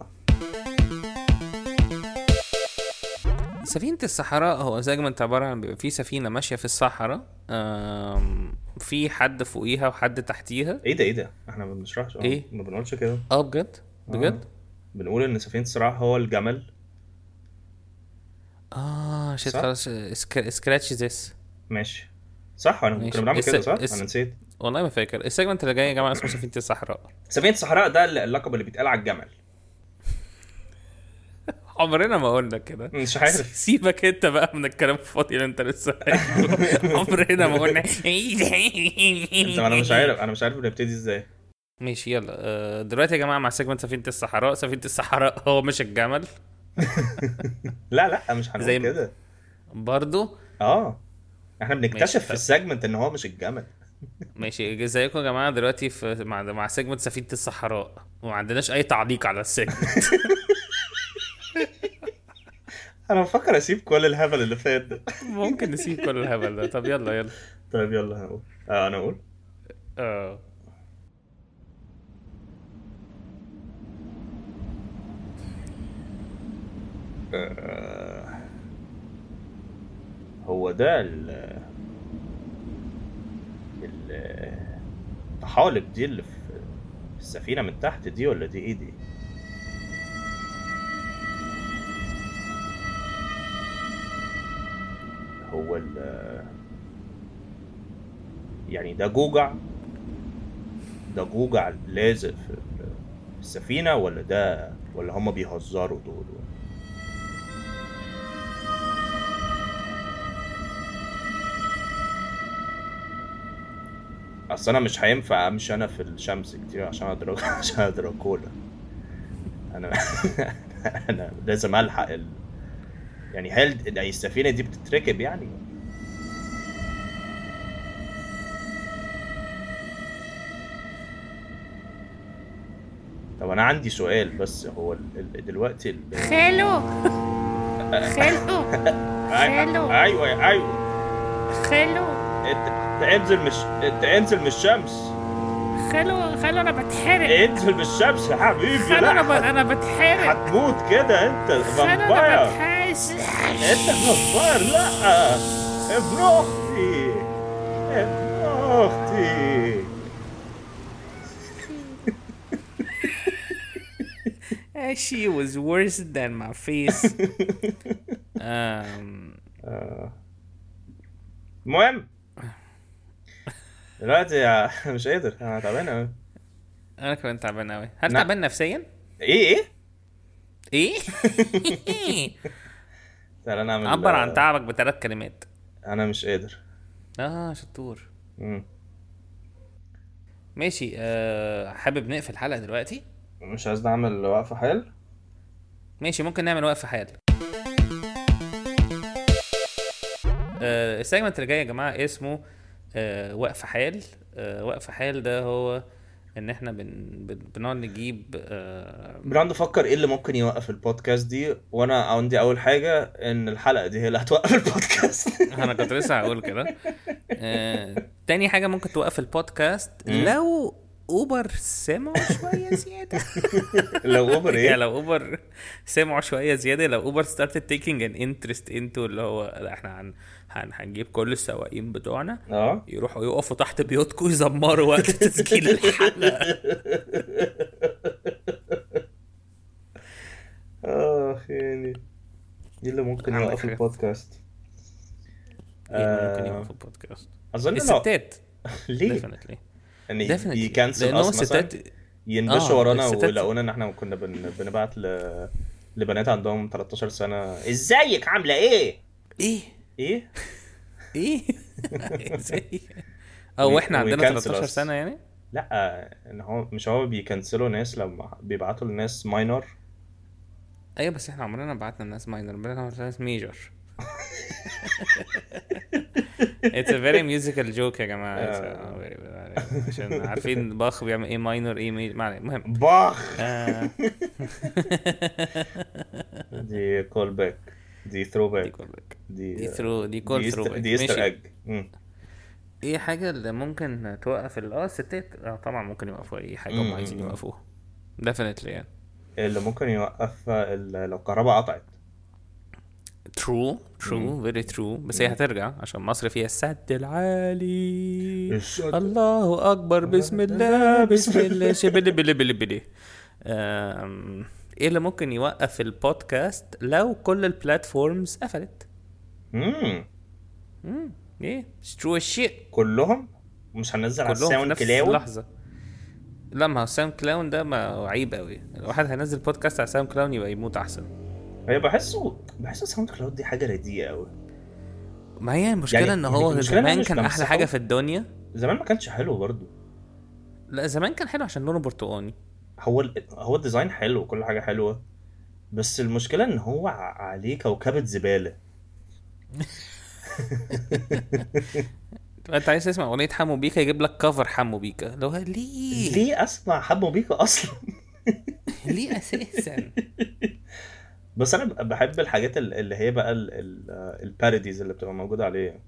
Speaker 1: سفينة الصحراء هو سيجمنت عبارة عن بيبقى في سفينة ماشية في الصحراء آم، في حد فوقيها وحد تحتيها
Speaker 2: ايه ده ايه ده احنا ما بنشرحش آه،
Speaker 1: إيه؟
Speaker 2: ما بنقولش كده
Speaker 1: اه بجد بجد
Speaker 2: بنقول ان سفينة الصحراء هو الجمل
Speaker 1: اه شيت
Speaker 2: آه. صح؟
Speaker 1: خلاص سك- سكراتش ذس
Speaker 2: ماشي صح انا
Speaker 1: ماشي.
Speaker 2: كنا بنعمل كده
Speaker 1: الس-
Speaker 2: صح
Speaker 1: الس-
Speaker 2: انا نسيت
Speaker 1: والله ما فاكر السيجمنت اللي جاي يا جماعة اسمه سفينة الصحراء
Speaker 2: سفينة الصحراء ده اللقب اللي بيتقال على الجمل عمرنا
Speaker 1: ما قلنا كده (laughs)
Speaker 2: مش عارف
Speaker 1: سيبك انت بقى من الكلام الفاضي اللي انت لسه قايله. عمرنا ما قلنا
Speaker 2: انت انا مش عارف انا مش عارف بنبتدي ازاي
Speaker 1: ماشي يلا آه، دلوقتي يا جماعه مع سيجمنت سفينه الصحراء سفينه الصحراء هو مش الجمل
Speaker 2: (laughs) لا لا مش
Speaker 1: زي
Speaker 2: هنقول
Speaker 1: ما-
Speaker 2: كده
Speaker 1: برضو
Speaker 2: اه احنا
Speaker 1: ماشي،
Speaker 2: بنكتشف في
Speaker 1: طب.
Speaker 2: السيجمنت ان هو مش الجمل
Speaker 1: ماشي ازيكم يا جماعه دلوقتي في مع مع سيجمنت سفينه الصحراء وما عندناش اي تعليق على السيجمنت
Speaker 2: انا بفكر اسيب كل الهبل اللي فات ده
Speaker 1: (laughs) ممكن نسيب كل الهبل ده طب يلا يلا
Speaker 2: طيب يلا هنقول آه انا اقول
Speaker 1: اه
Speaker 2: آه، هو ده ال ال الطحالب دي اللي في السفينة من تحت دي ولا دي ايه دي؟ هو ال يعني ده جوجع ده جوجع لازق في في السفينة ولا ده ولا هما بيهزروا دول اصل انا مش هينفع امشي انا في الشمس كتير عشان اضرب (laughs) عشان اضرب كولا (laughs) انا انا لازم الحق ال... يعني هل يعني السفينه دي بتتركب يعني طب انا عندي سؤال بس هو ال... ال... دلوقتي ال...
Speaker 5: خالو خالو خالو
Speaker 2: ايوه ايوه
Speaker 5: خالو
Speaker 2: انت انت انزل مش انت انزل من الشمس
Speaker 5: خالو خالو انا بتحرق
Speaker 2: انزل من الشمس يا حبيبي
Speaker 5: خالو
Speaker 2: إيه، لا
Speaker 5: انا ب- انا بتحرق
Speaker 2: هتموت كده انت
Speaker 5: خالو انا
Speaker 2: فامباير
Speaker 5: بتحرق
Speaker 2: انت فامباير لا ابن اختي ابن اختي
Speaker 1: she was worse than my (laughs) face um,
Speaker 2: المهم دلوقتي يا- (laughs) مش قادر انا تعبان اوي
Speaker 1: انا كمان تعبان قوي هل
Speaker 2: نعم.
Speaker 1: تعبان نفسيا
Speaker 2: ايه
Speaker 1: (laughs)
Speaker 2: ايه؟
Speaker 1: ايه
Speaker 2: تعالى نعمل
Speaker 1: إيه؟ عبر عن تعبك بثلاث كلمات
Speaker 2: انا مش قادر
Speaker 1: اه شطور
Speaker 2: مم.
Speaker 1: ماشي آه حابب نقفل الحلقه دلوقتي
Speaker 2: مش عايز نعمل وقفه حال
Speaker 1: ماشي ممكن نعمل وقفه حال آه، السيجمنت اللي جاي يا جماعه اسمه آه، وقفه حال آه، وقفه حال ده هو ان احنا بن بن- بنقعد نجيب آه، (laughs)
Speaker 2: بنقعد نفكر ايه اللي ممكن يوقف البودكاست دي وانا عندي اول حاجه ان الحلقه دي هي اللي هتوقف البودكاست (laughs)
Speaker 1: انا كنت لسه هقول كده آه، تاني حاجه ممكن توقف البودكاست لو اوبر سمعوا شويه زياده
Speaker 2: لو
Speaker 1: (laughs)
Speaker 2: اوبر
Speaker 1: يعني
Speaker 2: ايه
Speaker 1: لو اوبر سمعوا شويه زياده لو اوبر ستارتد تيكينج ان انترست انتو اللي هو لا احنا هن هن- هنجيب كل السواقين بتوعنا
Speaker 2: اه
Speaker 1: يروحوا يقفوا تحت بيوتكم يزمروا وقت تسجيل الحلقه
Speaker 2: اخ يعني دي اللي ممكن
Speaker 1: عندك
Speaker 2: يوقف
Speaker 1: حاجة؟
Speaker 2: البودكاست
Speaker 1: إيه، ممكن
Speaker 2: (laughs) آه.
Speaker 1: يبقى في البودكاست
Speaker 2: اظن لو
Speaker 1: الستات
Speaker 2: ليه؟
Speaker 1: ديفنتلي
Speaker 2: يعني
Speaker 1: ديفنتلي
Speaker 2: يكنسل
Speaker 1: لان هو
Speaker 2: اصلا مثلا
Speaker 1: الستات
Speaker 2: ينبشوا
Speaker 1: آه،
Speaker 2: ورانا
Speaker 1: الستات-
Speaker 2: ويلاقونا ان احنا كنا بن... بنبعت ل لبنات عندهم 13 سنه
Speaker 4: ازيك عامله
Speaker 2: إيه؟
Speaker 4: ايه؟
Speaker 1: ايه
Speaker 2: ايه
Speaker 1: (laughs) ايه ازاي او احنا عندنا
Speaker 2: ويكنسل
Speaker 1: 13
Speaker 2: us.
Speaker 1: سنه يعني
Speaker 2: لا ان هو مش هو بيكنسلوا ناس لما بيبعتوا لناس ماينر
Speaker 1: ايوه بس احنا عمرنا ما بعتنا الناس ماينر بعتنا الناس ميجر (laughs) It's a very musical joke يا جماعة It's
Speaker 2: آه.
Speaker 1: a very- عشان عارفين باخ بيعمل ايه ماينر ايه ميجر ما علينا، المهم
Speaker 2: باخ (laughs)
Speaker 1: آه. (laughs)
Speaker 2: دي كول باك دي ثرو
Speaker 1: دي
Speaker 2: باك
Speaker 1: call back.
Speaker 2: دي
Speaker 1: دي throw- دي call
Speaker 2: Easter-
Speaker 1: throwback.
Speaker 2: دي
Speaker 1: ماشي.
Speaker 2: ايستر اج
Speaker 1: ايه حاجة اللي ممكن توقف ال- اه الستات اه طبعا ممكن يوقفوا اي حاجة هم
Speaker 2: مم.
Speaker 1: عايزين يوقفوها definitely يعني
Speaker 2: اللي ممكن يوقف ال- لو الكهرباء قطعت
Speaker 1: true true very true بس هي هترجع عشان مصر فيها السد العالي
Speaker 2: السد.
Speaker 1: الله اكبر
Speaker 2: (laughs)
Speaker 1: بسم الله بسم الله شبلي بلي بلي بلي أم، ايه اللي ممكن يوقف البودكاست لو كل البلاتفورمز قفلت
Speaker 2: امم
Speaker 1: مم، ايه it's true as shit
Speaker 2: كلهم مش هننزل على
Speaker 1: كلهم في
Speaker 2: الساوند
Speaker 1: نفس
Speaker 2: كلاود
Speaker 1: اللحظة لا ما هو ساوند كلاون ده ما عيب قوي الواحد هينزل بودكاست على ساوند كلاون يبقى يموت احسن
Speaker 2: هي بحسه بحسه الساوند كلاود دي حاجه رديئه قوي
Speaker 1: ما هي المشكله
Speaker 2: يعني
Speaker 1: ان هو
Speaker 2: المشكلة إن أنا
Speaker 1: زمان
Speaker 2: مش
Speaker 1: كان احلى
Speaker 2: بمسحه.
Speaker 1: حاجه في الدنيا
Speaker 2: زمان ما كانش حلو برضو
Speaker 1: لا زمان كان حلو عشان لونه برتقاني
Speaker 2: هو ال- هو الديزاين حلو وكل حاجه حلوه بس المشكله ان هو ع- عليه كوكبه زباله
Speaker 1: انت عايز تسمع اغنيه حمو بيكا يجيب لك كفر حمو بيكا لو هو ليه ليه,
Speaker 2: ليه اسمع حبه (laughs) بيكا اصلا
Speaker 1: (laughs) ليه اساسا
Speaker 2: بس انا ب- بحب الحاجات ال- اللي هي بقى ال- ال- الباروديز اللي بتبقى موجوده عليه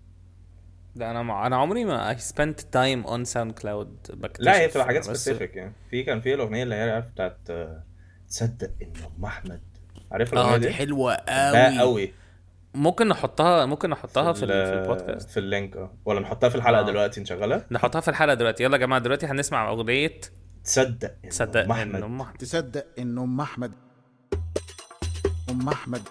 Speaker 1: ده انا مع... انا عمري ما I spent time on SoundCloud بكتشف
Speaker 2: لا هي بتبقى حاجات
Speaker 1: بس-
Speaker 2: سبيسيفيك يعني في كان في الاغنيه اللي هي عارف بتاعت آه، تصدق ان ام احمد عارف
Speaker 1: اه
Speaker 2: الاغنيه
Speaker 1: دي
Speaker 2: دي؟
Speaker 1: حلوه
Speaker 2: بقى
Speaker 1: قوي
Speaker 2: قوي
Speaker 1: ممكن نحطها ممكن نحطها في, في, ال... في البودكاست
Speaker 2: في اللينك اه ولا نحطها في الحلقه
Speaker 1: آه.
Speaker 2: دلوقتي نشغلها
Speaker 1: نحطها في الحلقه دلوقتي يلا يا جماعه دلوقتي هنسمع اغنيه
Speaker 2: تصدق يعني، إن
Speaker 1: تصدق
Speaker 2: ام
Speaker 1: ان
Speaker 2: احمد
Speaker 1: ام احمد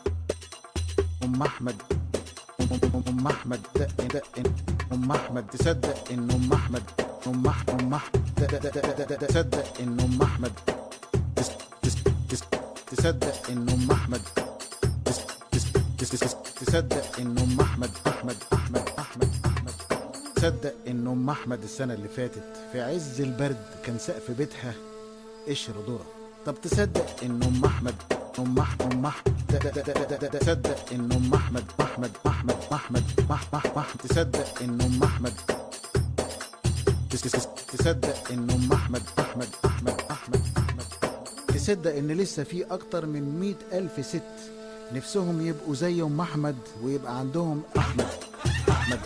Speaker 6: تصدق ان ام احمد ام احمد ام احمد أم- أم- ام احمد دق دق إن- ام احمد تصدق ان ام احمد ام أح- ام احمد دق- دق- دق- دق- دق- تصدق ان ام احمد تس- تس- تس- تصدق ان ام احمد تس- تس- تس- تس- تصدق ان ام احمد احمد احمد احمد احمد تصدق ان ام احمد السنه اللي فاتت في عز البرد كان سقف بيتها قشر ذره طب تصدق ان ام احمد ام احمد ام احمد تصدق ان ام احمد احمد احمد احمد احمد احمد تصدق ان ام احمد تس- تس- تصدق ان ام احمد احمد احمد احمد احمد تصدق ان لسه في اكتر من مئة الف ست نفسهم يبقوا زي ام احمد ويبقى عندهم احمد احمد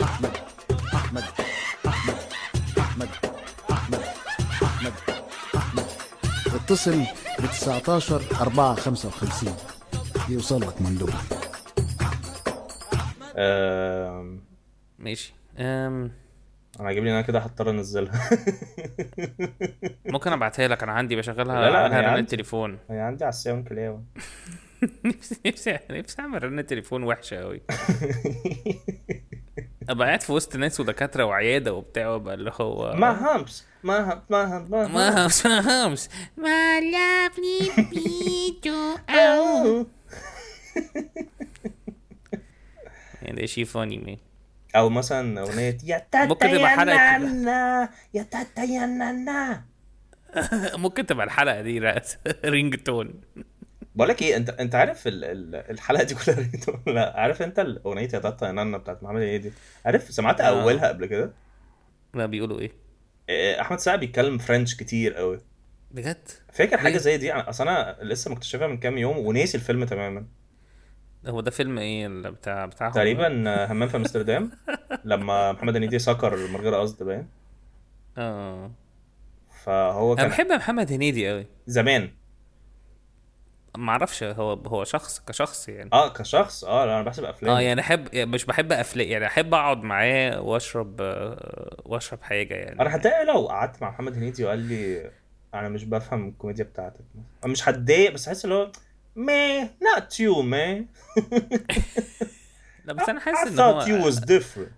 Speaker 6: احمد احمد احمد احمد احمد احمد احمد اتصل ب 19 4 55 يوصل لك مندوب
Speaker 2: آم،
Speaker 1: ماشي أم...
Speaker 2: انا آه، عاجبني ان انا كده هضطر (laughs) انزلها
Speaker 1: ممكن ابعتها لك انا عندي بشغلها
Speaker 2: لا، لا، أنا
Speaker 1: على رن
Speaker 2: عندي.
Speaker 1: التليفون (laughs)
Speaker 2: هي يعني عندي على الساوند كلاود
Speaker 1: نفسي نفسي نفسي اعمل رن تليفون وحشه قوي
Speaker 2: (laughs)
Speaker 1: ابقى قاعد في وسط ناس ودكاتره وعياده وبتاع وابقى اللي هو
Speaker 2: ما همس ما همس ما همس ما
Speaker 1: ما همس ما همس
Speaker 5: ما لافني بيتو أو
Speaker 2: همس
Speaker 1: يعني شي فاني مي
Speaker 2: او مثلا اغنيه يا
Speaker 1: ممكن تبقى حلقة كده.
Speaker 2: نانا يا تاتا يا نانا
Speaker 1: ممكن تبقى الحلقه دي (laughs) رأس رينج تون
Speaker 2: بقول لك ايه انت انت عارف ال... ال... الحلقه دي كلها ريتم (laughs) ولا لا عارف انت الاغنيه يا تاتا يا نانا بتاعت محمد هنيدي عارف سمعت
Speaker 1: آه.
Speaker 2: اولها قبل كده
Speaker 1: ما بيقولوا ايه
Speaker 2: آه، احمد سعد بيتكلم فرنش كتير قوي
Speaker 1: بجد
Speaker 2: فاكر حاجه
Speaker 1: ليه؟
Speaker 2: زي دي انا اصل انا لسه مكتشفها من كام يوم وناسي الفيلم تماما
Speaker 1: هو ده فيلم ايه اللي بتاع بتاعهم
Speaker 2: تقريبا آه، همام في
Speaker 1: (laughs)
Speaker 2: امستردام لما محمد هنيدي سكر من غير قصد باين
Speaker 1: اه
Speaker 2: فهو
Speaker 1: انا
Speaker 2: كان
Speaker 1: بحب محمد هنيدي قوي
Speaker 2: زمان
Speaker 1: ما اعرفش هو هو شخص كشخص يعني
Speaker 2: اه كشخص اه لا انا بحسب افلام
Speaker 1: اه يعني احب يعني مش بحب افلام يعني احب اقعد معاه واشرب آه، واشرب حاجه يعني
Speaker 2: انا هتضايق لو قعدت مع محمد هنيدي وقال لي انا مش بفهم الكوميديا بتاعتك أنا مش هتضايق بس احس اللي هو ما not you man
Speaker 1: لا بس انا
Speaker 2: I
Speaker 1: حاسس ان
Speaker 2: thought you
Speaker 1: (laughs) هو
Speaker 2: was different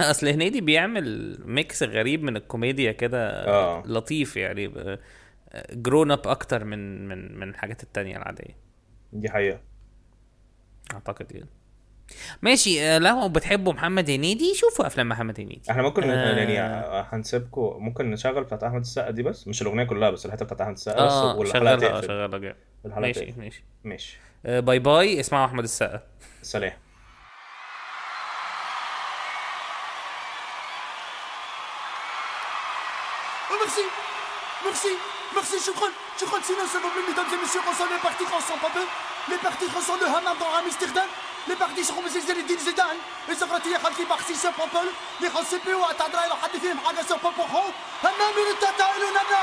Speaker 1: اصل هنيدي بيعمل ميكس غريب من الكوميديا كده
Speaker 2: آه.
Speaker 1: لطيف يعني ب- جرون اب اكتر من من من الحاجات التانية العادية
Speaker 2: دي حقيقه
Speaker 1: اعتقد كده ماشي آه، لو بتحبوا محمد هنيدي شوفوا افلام محمد هنيدي
Speaker 2: احنا ممكن
Speaker 1: آه.
Speaker 2: يعني هنسيبكم ممكن نشغل بتاعت احمد السقا دي بس مش الاغنيه كلها بس الحته بتاعت احمد السقا بس
Speaker 1: اه
Speaker 2: والحلقه
Speaker 1: شغالة آه،
Speaker 2: تقفل
Speaker 1: شغالة جامد
Speaker 2: الحلقه
Speaker 1: ماشي
Speaker 2: تقفل
Speaker 1: ماشي
Speaker 2: ماشي
Speaker 1: آه، باي باي اسمعوا احمد السقا
Speaker 2: سلام
Speaker 6: Oh, merci Merci Merci, je crois, je crois que sinon, s'il vous plaît, mesdames et messieurs, on sent les parties qu'on sent pas peu. Les parties qu'on sent le Hammam dans Amsterdam. Les parties sont comme les Din Zidane. Les secrétaires يا خالتي بارتي سو بوبل. Les recettes, ouais, t'as droit, il حد فيهم حاجة سو بوبل. Hammam, il est tata, il est nana.